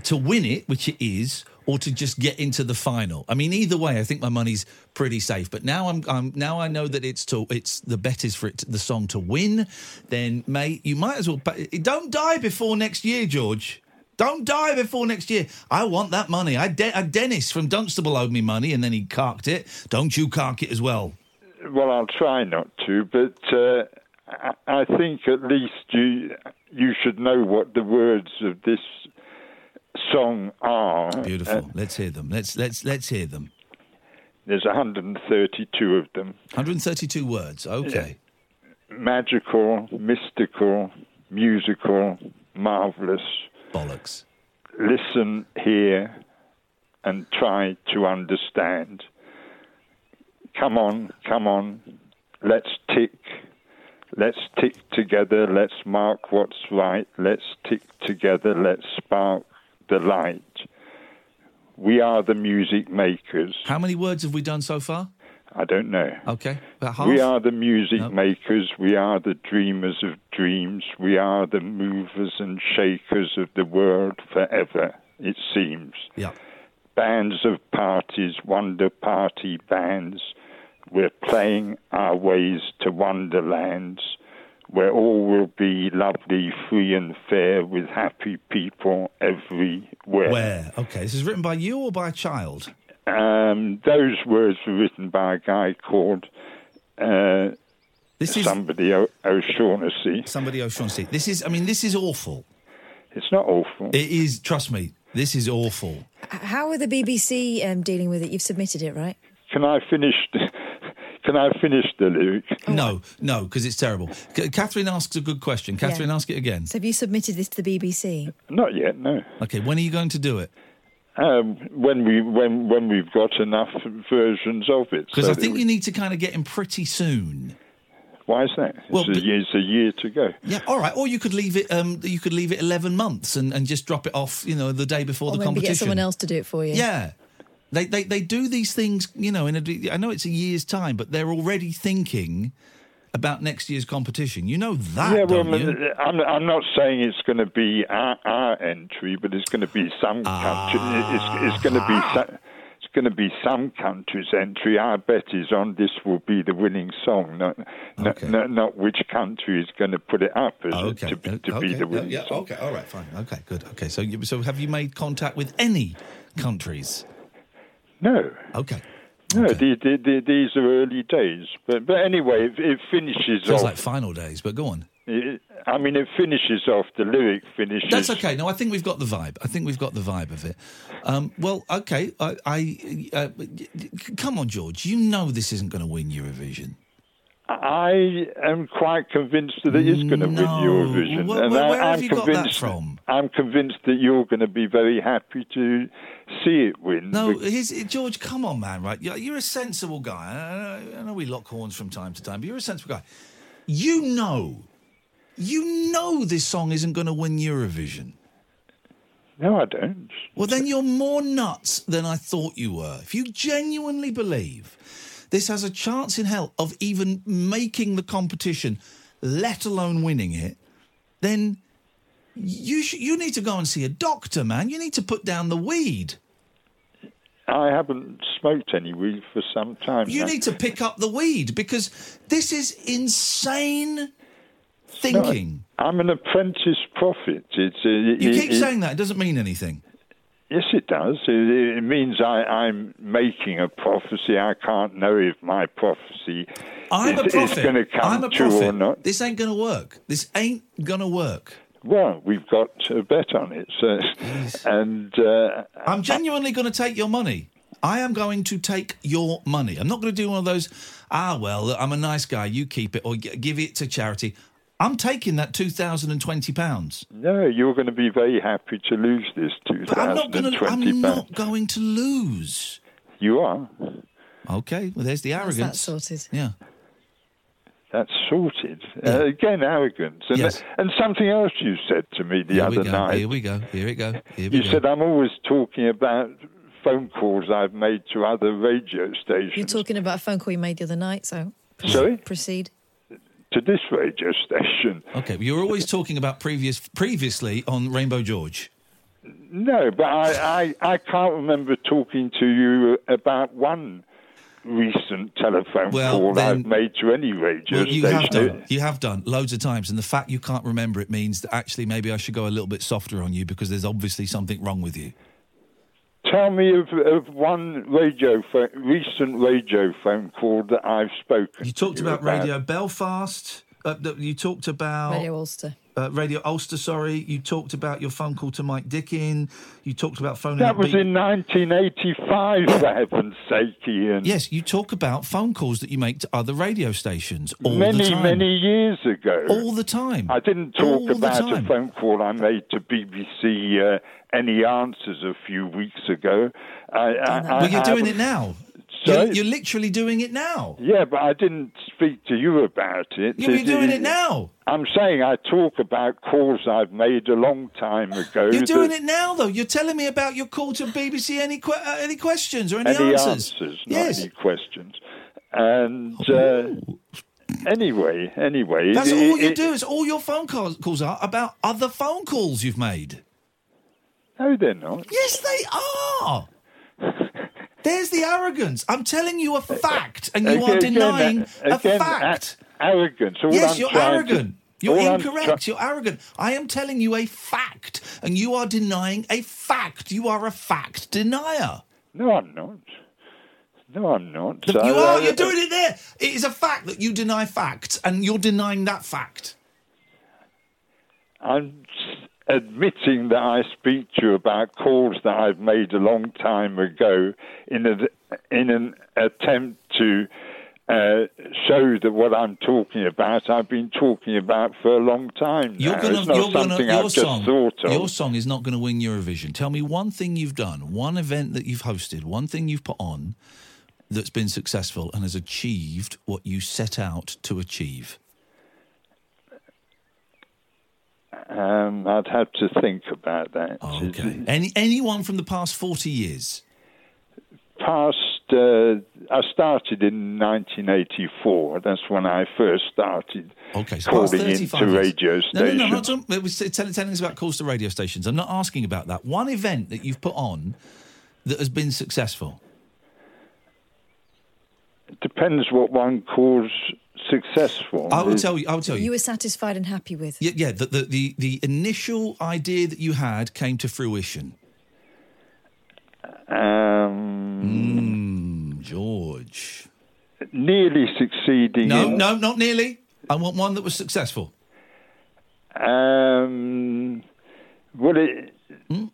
Speaker 5: to win it, which it is, or to just get into the final? I mean, either way, I think my money's pretty safe. But now I'm, I'm now I know that it's to it's the bet is for it to, the song to win. Then, mate, you might as well pa- don't die before next year, George. Don't die before next year. I want that money. I, de- I Dennis from Dunstable owed me money, and then he carked it. Don't you cark it as well?
Speaker 16: Well, I'll try not to, but uh, I, I think at least you you should know what the words of this song are.
Speaker 5: Beautiful.
Speaker 16: Uh,
Speaker 5: let's hear them. Let's let's let's hear them.
Speaker 16: there's 132 of them.
Speaker 5: 132 words. Okay.
Speaker 16: Magical, mystical, musical, marvelous.
Speaker 5: Bollocks.
Speaker 16: Listen, hear, and try to understand. Come on, come on. Let's tick. Let's tick together. Let's mark what's right. Let's tick together. Let's spark the light. We are the music makers.
Speaker 5: How many words have we done so far?
Speaker 16: I don't know.
Speaker 5: Okay. About half.
Speaker 16: We are the music makers. We are the dreamers of dreams. We are the movers and shakers of the world forever, it seems.
Speaker 5: Yeah.
Speaker 16: Bands of parties, wonder party bands. We're playing our ways to wonderlands where all will be lovely, free, and fair with happy people everywhere.
Speaker 5: Where? Okay. This is written by you or by a child?
Speaker 16: Um, those words were written by a guy called uh, somebody o- O'Shaughnessy.
Speaker 5: Somebody O'Shaughnessy. This is. I mean, this is awful.
Speaker 16: It's not awful.
Speaker 5: It is. Trust me. This is awful.
Speaker 6: H- How are the BBC um, dealing with it? You've submitted it, right?
Speaker 16: Can I finish? The, can I finish the lyric?
Speaker 5: No, no, because it's terrible. C- Catherine asks a good question.
Speaker 6: Yeah.
Speaker 5: Catherine, ask it again.
Speaker 6: So have you submitted this to the BBC?
Speaker 16: Not yet. No.
Speaker 5: Okay. When are you going to do it?
Speaker 16: Um, when we when when we've got enough versions of it.
Speaker 5: Because
Speaker 16: So
Speaker 5: I think
Speaker 16: that-
Speaker 5: you need to kind of get in pretty soon.
Speaker 16: Why is that? It's,
Speaker 5: Well,
Speaker 16: a, year- it's a year to go.
Speaker 5: Yeah. All right. Or you could leave it. Um, you could leave it eleven months and, and just drop it off. You know, the day before
Speaker 6: or
Speaker 5: the
Speaker 6: maybe
Speaker 5: competition.
Speaker 6: get someone else to do it for you.
Speaker 5: Yeah. They, they they do these things, you know, in a, I know it's a year's time, but they're already thinking about next year's competition. You know that,
Speaker 16: yeah, well,
Speaker 5: don't you?
Speaker 16: I'm, I'm not saying it's going to be our, our entry, but it's going to be some country.
Speaker 5: Ah.
Speaker 16: It's, it's going to be some, it's going to be some country's entry. Our bet is on this will be the winning song, not not, not, not which country is going to put it up as
Speaker 5: Okay.
Speaker 16: to, be- to be
Speaker 5: okay.
Speaker 16: the winning
Speaker 5: yeah,
Speaker 16: song.
Speaker 5: okay. All right. Fine. Okay. Good. Okay. So you, so have you made contact with any countries?
Speaker 16: No.
Speaker 5: Okay.
Speaker 16: No, the, the, the, these are early days, but but anyway, it, it finishes
Speaker 5: Feels
Speaker 16: off.
Speaker 5: like final days, but go on.
Speaker 16: it- I mean, it finishes off. The lyric finishes.
Speaker 5: That's okay. No, I think we've got the vibe. I think we've got the vibe of it. Um, well, okay. I, I uh, come on, George. You know this isn't going to win Eurovision.
Speaker 16: I am quite convinced that it is going to win Eurovision,
Speaker 5: Where-
Speaker 16: and
Speaker 5: where-
Speaker 16: I,
Speaker 5: where have
Speaker 16: I'm
Speaker 5: you got that
Speaker 16: convinced.
Speaker 5: from?
Speaker 16: I'm convinced that you're going to be very happy to see it win.
Speaker 5: No,
Speaker 16: Be-
Speaker 5: he's, George, come on, man, right? You're, you're a sensible guy. I- I, I know we lock horns from time to time, but you're a sensible guy. You know, you know this song isn't going to win Eurovision.
Speaker 16: No, I don't.
Speaker 5: Well, then you're more nuts than I thought you were. If you genuinely believe this has a chance in hell of even making the competition, let alone winning it, then you sh- you need to go and see a doctor, man. You need to put down the weed.
Speaker 16: I haven't smoked any weed for some time.
Speaker 5: You
Speaker 16: now.
Speaker 5: need to pick up the weed because this is insane thinking.
Speaker 16: No, I'm an apprentice prophet. It's uh,
Speaker 5: you
Speaker 16: it-
Speaker 5: keep
Speaker 16: it-
Speaker 5: saying that, it doesn't mean anything.
Speaker 16: Yes, it does. It, it means I, I'm making a prophecy. I can't know if my prophecy
Speaker 5: I'm
Speaker 16: is,
Speaker 5: a prophet.
Speaker 16: going to come
Speaker 5: I'm a
Speaker 16: true
Speaker 5: prophet.
Speaker 16: or not.
Speaker 5: This ain't going to work. This ain't going to work.
Speaker 16: Well, we've got a bet on it, so, (laughs) and uh,
Speaker 5: I'm genuinely going to take your money. I am going to take your money. I'm not going to do one of those, ah, well, I'm a nice guy, you keep it, or g- give it to charity. I'm taking that £2,020.
Speaker 16: no, you're going to be very happy to lose this
Speaker 5: But I'm not going
Speaker 16: 2020
Speaker 5: to, I'm
Speaker 16: pound.
Speaker 5: not going to lose.
Speaker 16: You are.
Speaker 5: Okay, well, there's the
Speaker 6: How's
Speaker 5: arrogance.
Speaker 6: that sorted?
Speaker 5: Yeah.
Speaker 16: That's sorted. Uh, again, arrogance. And,
Speaker 5: Yes.
Speaker 16: and something else you said to me the
Speaker 5: Here
Speaker 16: other
Speaker 5: we go.
Speaker 16: night.
Speaker 5: Here we go. Here we go. Here we
Speaker 16: you
Speaker 5: go.
Speaker 16: said, I'm always talking about phone calls I've made to other radio
Speaker 6: You're
Speaker 16: stations.
Speaker 6: talking about a phone call you made the other night, so proce-
Speaker 16: Sorry?
Speaker 6: proceed.
Speaker 16: to this radio station.
Speaker 5: Okay, but you were always talking about previous previously on Rainbow George.
Speaker 16: No, but I, I, I can't remember talking to you about one recent telephone
Speaker 5: Well,
Speaker 16: call
Speaker 5: then-
Speaker 16: I've made to any radio
Speaker 5: Well, you have
Speaker 16: station.
Speaker 5: done. You have done loads of times, and the fact you can't remember it means that actually maybe I should go a little bit softer on you because there's obviously something wrong with you.
Speaker 16: Tell me of, of one radio phone, recent radio phone call that I've spoken.
Speaker 5: You talked
Speaker 16: to
Speaker 5: about Radio Belfast. Uh, th- you talked about
Speaker 6: Radio Ulster.
Speaker 5: uh, Radio Ulster. Sorry, you talked about your phone call to Mike Dickin. You talked about phoning.
Speaker 16: That
Speaker 5: up
Speaker 16: was
Speaker 5: B-
Speaker 16: in 1985, for heaven's sake, Ian.
Speaker 5: Yes, you talk about phone calls that you make to other radio stations all the
Speaker 16: many,
Speaker 5: time.
Speaker 16: many years ago.
Speaker 5: All the time.
Speaker 16: I didn't
Speaker 5: All
Speaker 16: talk
Speaker 5: the
Speaker 16: about a
Speaker 5: time.
Speaker 16: phone call I made to BBC uh, Any Answers a few weeks ago. I, I, I,
Speaker 5: well, you're
Speaker 16: I
Speaker 5: doing
Speaker 16: was-
Speaker 5: it now.
Speaker 16: Sorry?
Speaker 5: You're, you're literally doing it now.
Speaker 16: Yeah, but I didn't speak to you about it.
Speaker 5: Yeah, but you're doing it
Speaker 16: is-
Speaker 5: now.
Speaker 16: I'm saying I talk about calls I've made a long time ago.
Speaker 5: You're doing
Speaker 16: that-
Speaker 5: it now, though. You're telling me about your call to BBC. Any que- uh, any questions or any, answers?
Speaker 16: not
Speaker 5: Yes. Oh.
Speaker 16: any questions. And uh, anyway, anyway,
Speaker 5: That's
Speaker 16: it-
Speaker 5: all
Speaker 16: it-
Speaker 5: you do. Is all your phone calls, calls are about other phone calls you've made.
Speaker 16: No, they're not.
Speaker 5: Yes, they are. There's the arrogance. I'm telling you a fact, and you are
Speaker 16: Again,
Speaker 5: denying a
Speaker 16: again,
Speaker 5: fact.
Speaker 16: a- arrogance. All
Speaker 5: yes,
Speaker 16: I'm
Speaker 5: you're
Speaker 16: trying to-
Speaker 5: arrogant. You're
Speaker 16: all I'm
Speaker 5: incorrect. you're arrogant. I am telling you a fact, and you are denying a fact. You are a fact denier.
Speaker 16: No, I'm not. No, I'm not. uh,
Speaker 5: you
Speaker 16: I-
Speaker 5: are.
Speaker 16: I-
Speaker 5: you're doing it there. It is a fact that you deny facts, and you're denying that fact.
Speaker 16: I'm s- admitting that I speak to you about calls that I've made a long time ago in a, in an attempt to uh, show that what I'm talking about I've been talking about for a long time.
Speaker 5: You're
Speaker 16: now.
Speaker 5: gonna,
Speaker 16: it's not
Speaker 5: you're gonna,
Speaker 16: something
Speaker 5: your
Speaker 16: I've
Speaker 5: song,
Speaker 16: just thought of.
Speaker 5: your song is not going to win Eurovision. Tell me one thing you've done, one event that you've hosted, one thing you've put on that's been successful and has achieved what you set out to achieve.
Speaker 16: Um, I'd have to think about that. Okay.
Speaker 5: Any anyone from the past forty years?
Speaker 16: Past, uh, I started in 1984. That's when I first started
Speaker 5: Okay, so past
Speaker 16: calling
Speaker 5: 35
Speaker 16: into
Speaker 5: years.
Speaker 16: radio stations.
Speaker 5: No, no, no, I'm not talking, it was telling, telling us about calls to radio stations. I'm not asking about that. One event that you've put on that has been successful.
Speaker 16: It depends what one calls successful.
Speaker 5: I will tell you. I will tell you.
Speaker 6: You were satisfied and happy with.
Speaker 5: Yeah, yeah. The, the the the initial idea that you had came to fruition.
Speaker 16: Um,
Speaker 5: Hmm, George.
Speaker 16: Nearly succeeding.
Speaker 5: No,
Speaker 16: in-
Speaker 5: no, not nearly. I want one that was successful.
Speaker 16: Um, well, it,
Speaker 5: Hmm?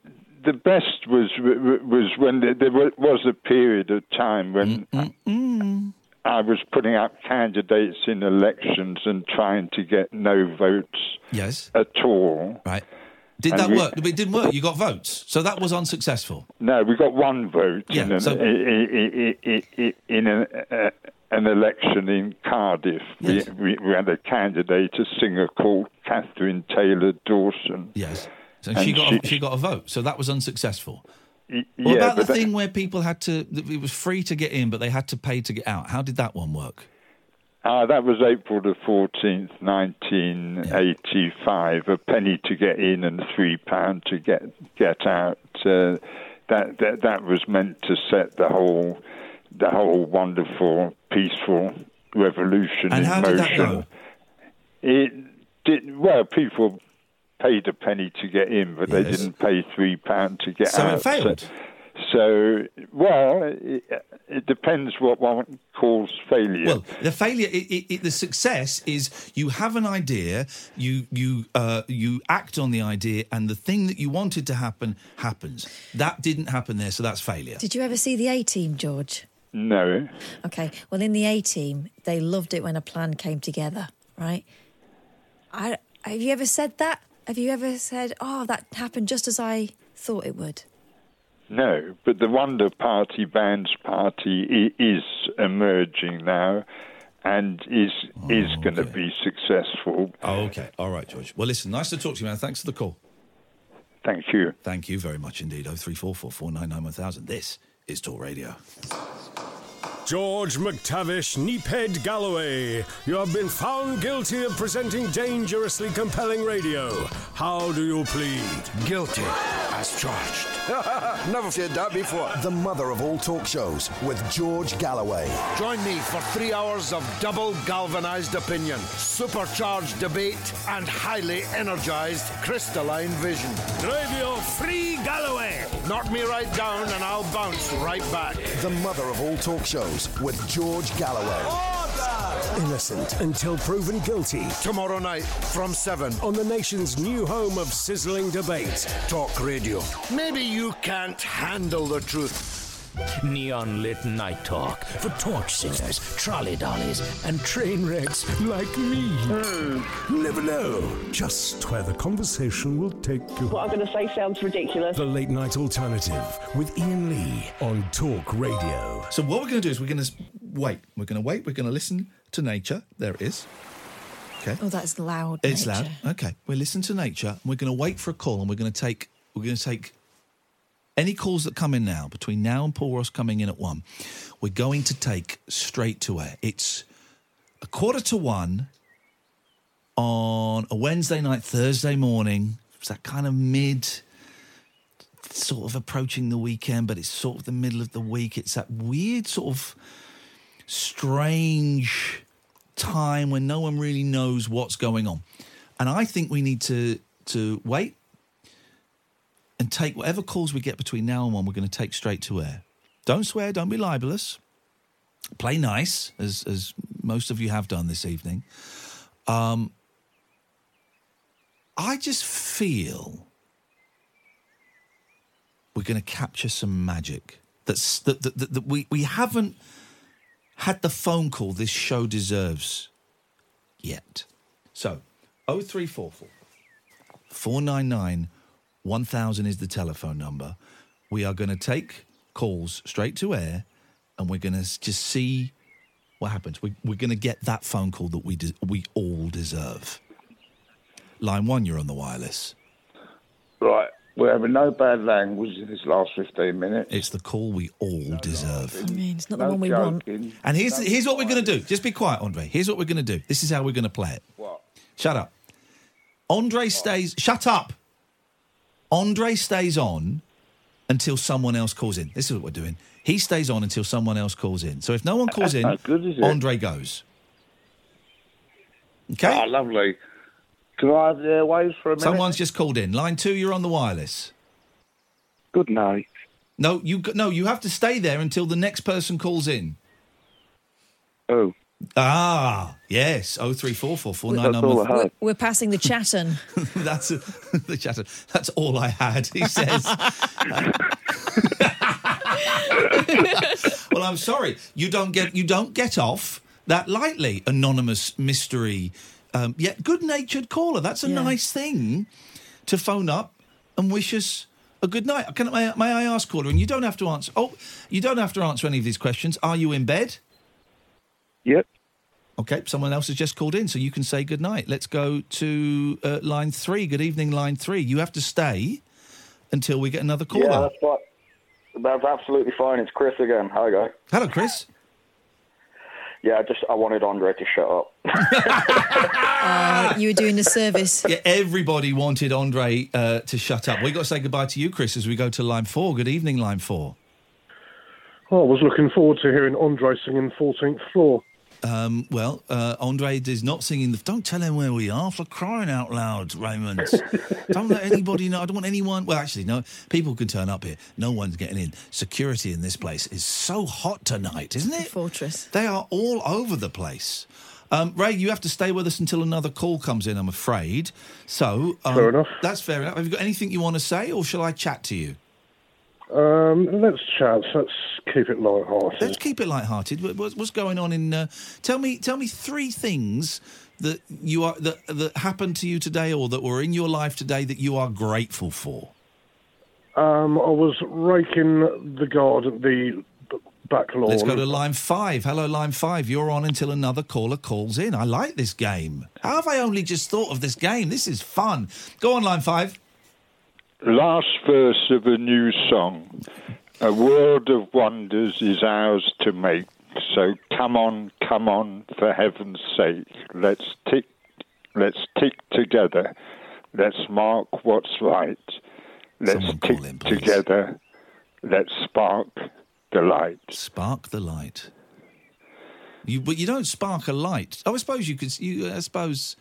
Speaker 16: the best was was when there, there was a period of time when
Speaker 5: Mm,
Speaker 16: I was putting up candidates in elections and trying to get no votes
Speaker 5: Yes.
Speaker 16: at all.
Speaker 5: Right. Did
Speaker 16: And
Speaker 5: that
Speaker 16: we-
Speaker 5: work? But it didn't work. You got votes, so that was unsuccessful.
Speaker 16: No, we got one vote
Speaker 5: Yeah,
Speaker 16: in, an,
Speaker 5: so-
Speaker 16: i- i- i- i- i- in an, uh, an election in Cardiff.
Speaker 5: Yes.
Speaker 16: We, we, we had a candidate, a singer called Catherine Taylor Dawson.
Speaker 5: Yes. So
Speaker 16: And
Speaker 5: she got
Speaker 16: she-
Speaker 5: a, she got a vote, so that was unsuccessful.
Speaker 16: Y-
Speaker 5: What
Speaker 16: yeah,
Speaker 5: about the
Speaker 16: but that-
Speaker 5: thing where people had to? that It was free to get in, but they had to pay to get out. How did that one work?
Speaker 16: Ah, that was April the 14th, 1985. A penny to get in and three pound to get get out. Uh, that that that was meant to set the whole the whole wonderful peaceful revolution
Speaker 5: And
Speaker 16: in
Speaker 5: how
Speaker 16: motion.
Speaker 5: did that go?
Speaker 16: It did well. People paid a penny to get in, but they
Speaker 5: Yes.
Speaker 16: didn't pay three pound to get
Speaker 5: So it
Speaker 16: out.
Speaker 5: failed.
Speaker 16: So, well, it, it depends what one calls failure.
Speaker 5: Well, the failure, it, it, it, the success is you have an idea, you you uh, you act on the idea, and the thing that you wanted to happen happens. That didn't happen there, so that's failure.
Speaker 6: Did you ever see the A Team, George?
Speaker 16: no.
Speaker 6: Okay. Well, in the A Team, they loved it when a plan came together, right? I have you ever said that? Have you ever said, "Oh, that happened just as I thought it would"?
Speaker 16: No, but the Wonder Party, Bands Party, i- is emerging now, and is is going to be successful.
Speaker 5: Oh, okay. All right, George. Well, listen, nice to talk to you, man. Thanks for the call.
Speaker 16: Thank you.
Speaker 5: Thank you very much indeed. 0344 499 1000. This is Talk Radio.
Speaker 17: George McTavish, Neephead Galloway, you have been found guilty of presenting dangerously compelling radio. How do you plead? Guilty.
Speaker 2: as (laughs) charged. Never said that before. The mother of all talk shows with George Galloway.
Speaker 18: Join me for three hours of double galvanised opinion, supercharged debate, and highly energised crystalline vision.
Speaker 17: Radio Free Galloway.
Speaker 18: Knock me right down and I'll bounce right back.
Speaker 2: The mother of all talk shows with George Galloway.
Speaker 1: Innocent until proven guilty.
Speaker 18: Tomorrow night from 7
Speaker 1: on the nation's new home of sizzling debate, Talk Radio.
Speaker 18: Maybe you can't handle the truth.
Speaker 19: Neon lit night talk for torch singers, trolley dollies, and train wrecks like me.
Speaker 20: Hmm.
Speaker 1: Never know just where the conversation will take you.
Speaker 20: What I'm going to say sounds ridiculous.
Speaker 1: The late night alternative with Ian Lee on Talk Radio.
Speaker 5: So what we're going to do is we're going to wait. We're going to wait. We're going to listen to nature. There it is. Okay.
Speaker 6: Oh, that's loud.
Speaker 5: It's
Speaker 6: nature.
Speaker 5: loud. Okay. We listen to nature. And we're going to wait for a call, and we're going to take we're going to take any calls that come in now between now and Paul Ross coming in at one. We're going to take straight to air. It's a quarter to one on a Wednesday night, Thursday morning. It's that kind of mid, sort of approaching the weekend, but it's sort of the middle of the week. It's that weird sort of strange time when no one really knows what's going on. And I think we need to to wait and take whatever calls we get between now and one, we're going to take straight to air. Don't swear, don't be libelous. Play nice, as as most of you have done this evening. Um, I just feel we're going to capture some magic that's that, that, that, that we we haven't had the phone call this show deserves yet. So, 0344 499 1000 is the telephone number. We are going to take calls straight to air and we're going to just see what happens. We, we're going to get that phone call that we, des- we all deserve. Line one, you're on the wireless.
Speaker 21: Right, we're having no bad language in this last 15 minutes.
Speaker 5: It's the call we all deserve.
Speaker 6: I mean, it's not the
Speaker 21: No
Speaker 6: one we want.
Speaker 21: joking.
Speaker 5: And here's, here's what we're going to do. Just be quiet, Andre. Here's what we're going to do. This is how we're going to play it.
Speaker 21: What?
Speaker 5: Shut up. Andre stays. Shut up. Andre stays on until someone else calls in. This is what we're doing. He stays on until someone else calls in. So if no one calls
Speaker 21: That's
Speaker 5: in,
Speaker 21: not good, is it?
Speaker 5: Andre goes. Okay.
Speaker 21: Oh, lovely. Can I have the waves for a minute?
Speaker 5: Someone's just called in. Line two, you're on the wireless.
Speaker 21: Good night.
Speaker 5: No, you g- no, you have to stay there until the next person calls in.
Speaker 21: Oh.
Speaker 5: Ah, yes. Oh three four four four nine nine.
Speaker 6: We're, we're passing the Chatham.
Speaker 5: That's the chatter. That's all I had. (laughs) He says. well, I'm sorry. You don't get you don't get off that lightly. Anonymous mystery, um, yet good-natured caller. That's a nice thing to phone up and wish us a good night. Can may, may I ask, caller? And you don't have to answer. Oh, you don't have to answer any of these questions. Are you in bed?
Speaker 21: Yep.
Speaker 5: Okay, someone else has just called in, so you can say good night. Let's go to uh, line three. Good evening, line three. You have to stay until we get another caller.
Speaker 22: Yeah, that's fine. That's absolutely fine. It's Chris again. Hi, guy.
Speaker 5: Hello, Chris.
Speaker 22: Yeah, I just I wanted Andre to shut up.
Speaker 6: Uh, you were doing a service.
Speaker 5: (laughs) Yeah, everybody wanted Andre uh, to shut up. We've got to say goodbye to you, Chris, as we go to line four. Good evening, line four.
Speaker 23: Oh, I was looking forward to hearing Andre singing 14th Floor.
Speaker 5: Um, well, uh, Andre is not singing. The, don't tell him where we are for crying out loud,
Speaker 23: (laughs)
Speaker 5: Raymond. don't let anybody know. I don't want anyone. Well, actually, no. People can turn up here. No one's getting in. Security in this place is so hot tonight, isn't it?
Speaker 6: fortress.
Speaker 5: They are all over the place. Um, Ray, you have to stay with us until another call comes in. I'm afraid. So um,
Speaker 23: Fair enough.
Speaker 5: That's fair enough. Have you got anything you want to say, or shall I chat to you?
Speaker 23: Um, let's chat. Let's keep it light-hearted.
Speaker 5: Let's keep it light-hearted. What- What's, what's going on in? Uh, tell me, tell me three things that you are that that happened to you today, or that were in your life today that you are grateful for.
Speaker 23: Um, I was raking the garden, the b- back lawn.
Speaker 5: Let's go to line five. Hello, line five. You're on until another caller calls in. I like this game. How have I only just thought of this game? This is fun. Go on, line five.
Speaker 16: Last verse of a new song. A world of wonders is ours to make. So come on, come on, for heaven's sake. Let's tick, let's tick together. Let's mark what's right. Let's stick together. Let's spark the light.
Speaker 5: Spark the light. You, but you don't spark a light. Oh, I suppose you could. You, I suppose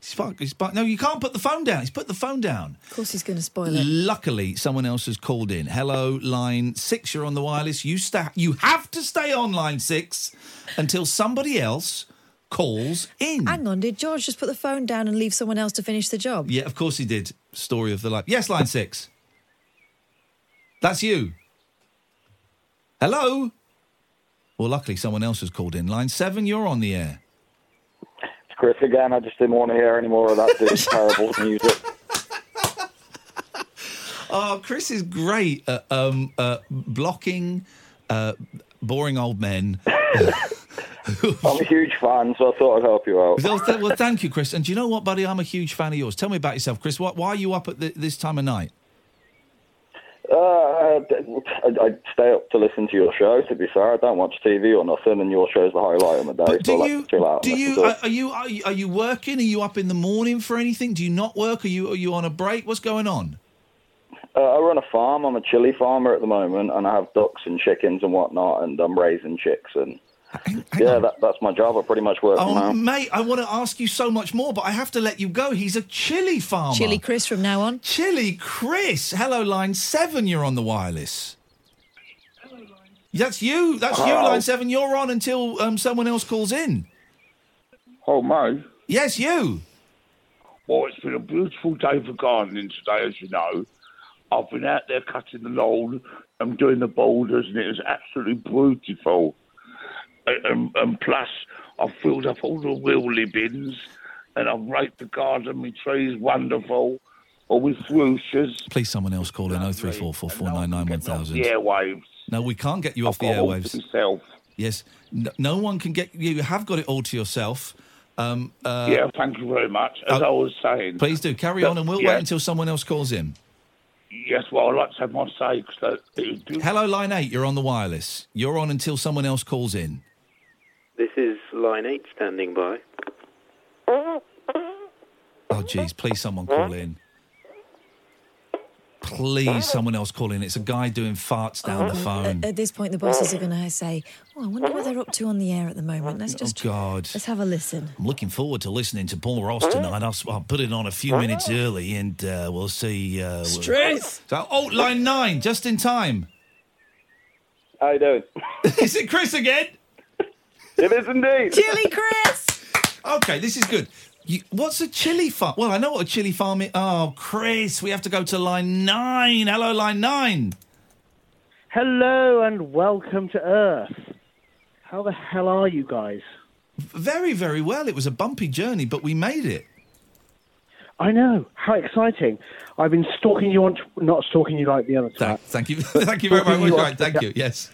Speaker 5: spark, spark. No, you can't put the phone down. He's put the phone down.
Speaker 6: Of course, he's going to spoil it.
Speaker 5: Luckily, someone else has called in. Hello, line six. You're on the wireless. You sta- You have to stay on line six until somebody else calls in.
Speaker 6: Hang on, did George just put the phone down and leave someone else to finish the job?
Speaker 5: Yeah, of course he did. Story of the life. Yes, line six. That's you. Hello. Well, luckily someone else has called in. Line seven, you're on the air.
Speaker 22: It's Chris again. I just didn't want to hear any more of
Speaker 5: (laughs)
Speaker 22: that dude's terrible music.
Speaker 5: Oh, Chris is great at um, uh, blocking uh, boring old men.
Speaker 22: I'm a huge fan, so I thought I'd help you out.
Speaker 5: well, th- well, thank you, Chris. And do you know what, buddy? I'm a huge fan of yours. Tell me about yourself, Chris. Why, why are you up at th this time of night?
Speaker 22: Uh, I, I I'd stay up to listen to your show. To be fair, I don't watch TV or nothing, and your show's the highlight of my day. so I like to chill
Speaker 21: Uh,
Speaker 22: out.
Speaker 5: Do
Speaker 22: and listen
Speaker 5: you
Speaker 22: to
Speaker 5: are,
Speaker 22: it.
Speaker 5: are you are you are you working? Are you up in the morning for anything? Do you not work? Are you are you on a break? What's going on?
Speaker 22: Uh, I run a farm. I'm a chili farmer at the moment, and I have ducks and chickens and whatnot, and I'm raising chicks. And yeah, that, that's my job. I pretty much work
Speaker 5: Oh,
Speaker 22: from
Speaker 21: Uh-huh.
Speaker 22: home.
Speaker 5: mate, I want to ask you so much more, but I have to let you go. He's a chili farmer.
Speaker 6: Chili Chris from now on.
Speaker 5: Chili Chris. Hello, line seven. You're on the wireless. That's you. That's you,
Speaker 21: Hello.
Speaker 5: line seven. You're on until um, someone else calls in.
Speaker 21: Oh, mate.
Speaker 5: Yes, you.
Speaker 21: Well, it's been a beautiful day for gardening today, as you know. I've been out there cutting the lawn and doing the boulders, and it was absolutely beautiful. And, and, and plus, I've filled up all the wheelie bins, and I've raked the garden. My trees wonderful, all with swooshes.
Speaker 5: Please, someone else call in 0344 499 1000.
Speaker 21: The airwaves.
Speaker 5: No, we can't get you off the
Speaker 21: got all to
Speaker 5: airwaves. Yes, no, no one can get you. You have got it all to yourself. Um, uh,
Speaker 21: yeah, thank you very much. As
Speaker 5: oh,
Speaker 21: I was saying,
Speaker 5: Please do carry
Speaker 21: Look,
Speaker 5: on, and we'll
Speaker 21: yeah.
Speaker 5: wait until someone else calls in.
Speaker 21: Yes, well, I'd like to have my say 'cause that it was beautiful.
Speaker 5: Hello, line eight. You're on the wireless. You're on until someone else calls in.
Speaker 7: This is Line 8 standing by.
Speaker 5: Oh, geez, please, someone call in. Please, someone else call in. It's a guy doing farts down the phone.
Speaker 6: At, at Uh-huh. Uh, this point, the bosses are going to say, "Oh, I wonder what they're up to on the air at the moment." Let's
Speaker 5: Oh,
Speaker 6: just
Speaker 5: God.
Speaker 6: let's have a listen.
Speaker 5: I'm looking forward to listening to Paul Ross
Speaker 22: Mm-hmm.
Speaker 5: tonight. I'll, I'll put it on a few minutes early, and uh, we'll see. Uh,
Speaker 6: Stress.
Speaker 5: So, oh, line nine, just in time.
Speaker 22: How you doing?
Speaker 5: (laughs) is it Chris again?
Speaker 22: (laughs) It is indeed.
Speaker 6: Chili Chris.
Speaker 5: Okay, this is good. You, what's a chili farm? Well, I know what a chili farm is. Oh, Chris, we have to go to line nine. Hello, line nine.
Speaker 8: Hello and welcome to Earth. How the hell are you guys?
Speaker 5: Very, very well. It was a bumpy journey, but we made it.
Speaker 8: I know. How exciting. I've been stalking you on. Tw- not stalking you like the other time.
Speaker 5: Thank you. (laughs) Thank you very
Speaker 8: Stalking
Speaker 5: much.
Speaker 8: you on
Speaker 5: Right, thank
Speaker 8: Twitter.
Speaker 5: you. Yes.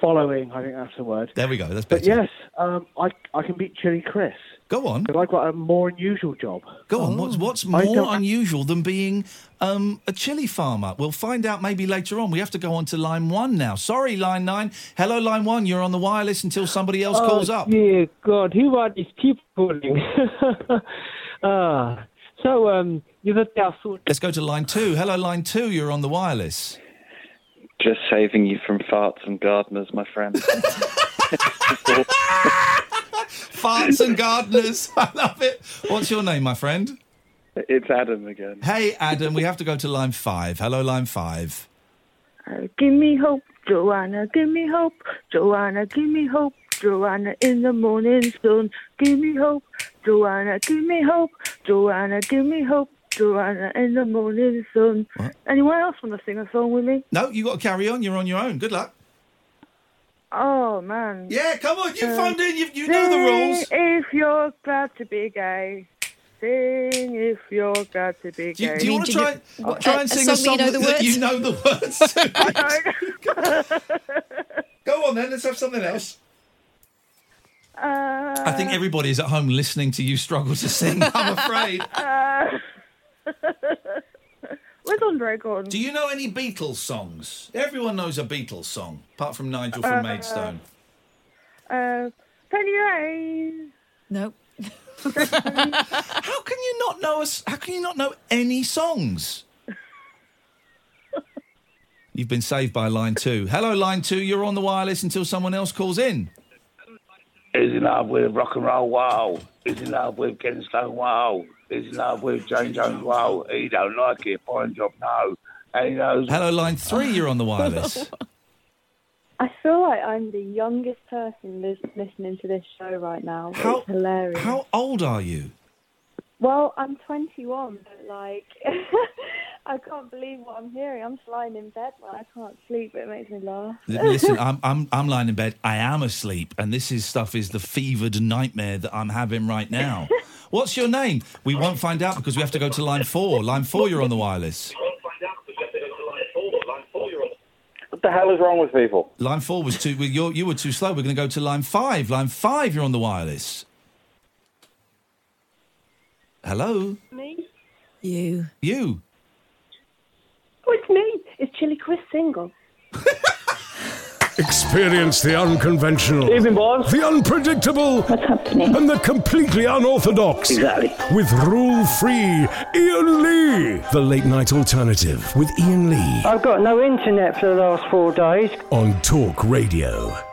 Speaker 8: Following, I think that's the word.
Speaker 5: There we go. That's
Speaker 8: But
Speaker 5: better.
Speaker 8: yes, um, I, I can beat Chili Chris.
Speaker 5: Go on.
Speaker 8: Because I've got a more unusual job.
Speaker 5: Go on. What's, what's
Speaker 8: I
Speaker 5: more
Speaker 8: (laughs) don't-
Speaker 5: unusual than being um, a chili farmer? We'll find out maybe later on. We have to go on to line one now. Sorry, line nine. Hello, line one. You're on the wireless until somebody else calls
Speaker 9: oh,
Speaker 5: up.
Speaker 9: Dear God, who are these people calling? ah, so um, the other day I saw
Speaker 5: Let's go to line two. Hello, line two. You're on the wireless.
Speaker 10: Just saving you from farts and gardeners, my friend. (laughs)
Speaker 5: Farts and gardeners. (laughs) I love it. What's your name, my friend?
Speaker 10: it's Adam again.
Speaker 5: Hey, Adam. We have to go to line five. Hello, line five.
Speaker 11: Uh, Give me hope, Joanna, give me hope, Joanna, give me hope, Joanna, in the morning sun. Give me hope, Joanna, give me hope, Joanna, give me hope, Joanna, in the morning sun. Anyone else want to sing a song with me?
Speaker 5: No, you got to carry on. You're on your own. Good luck.
Speaker 11: Oh, man.
Speaker 5: Yeah, come on, you phoned in, you, you
Speaker 11: know
Speaker 5: the rules.
Speaker 11: If you're glad to be gay. Sing if you're glad to be
Speaker 5: Do
Speaker 11: gay.
Speaker 5: you, do you want to try,
Speaker 11: What-
Speaker 5: try and sing a song that that you know the words? to? (laughs) Go on then, let's have something else.
Speaker 11: Uh,
Speaker 5: I think everybody is at home listening to you struggle to sing. I'm afraid.
Speaker 11: (laughs) Uh, (laughs) where's Andre gone?
Speaker 5: Do you know any Beatles songs? Everyone knows a Beatles song, apart from Nigel from
Speaker 11: Uh,
Speaker 5: Maidstone.
Speaker 11: Uh, Penny Lane.
Speaker 5: (laughs)
Speaker 6: Nope.
Speaker 5: How can you not know us? How can you not know any songs? You've been saved by line two. Hello, line two. You're on the wireless until someone else calls in.
Speaker 21: He's in love with rock and roll, wow. He's in love with Ken Stone, wow. He's in love with Jane Jones, wow. He don't like it, fine job, no. And he knows...
Speaker 5: Hello, line three. You're on the wireless.
Speaker 20: I feel like I'm the youngest person lis- listening to this show right now. it's hilarious.
Speaker 5: How old are you?
Speaker 20: Well, I'm 21, but like, (laughs) I can't believe what I'm hearing. I'm just lying in bed when I can't sleep. It makes me laugh.
Speaker 5: L- Listen, I'm, I'm I'm lying in bed. I am asleep, and this is stuff is the fevered nightmare that I'm having right now. What's your name? We won't find out because we have to go to line four. Line four, you're on the wireless.
Speaker 11: What the hell is wrong with people?
Speaker 5: Line four was too. well, You're, you were too slow. We're going to go to line five. Line five, you're on the wireless. Hello,
Speaker 20: Me?
Speaker 5: you. You.
Speaker 20: Oh, it's me. It's Chili Chris single?
Speaker 1: Experience the unconventional, the unpredictable, and the completely unorthodox.
Speaker 24: Exactly.
Speaker 1: With rule free Ian Lee.
Speaker 24: The Late Night Alternative with Ian Lee
Speaker 7: I've got no internet for the last four days.
Speaker 24: on Talk Radio.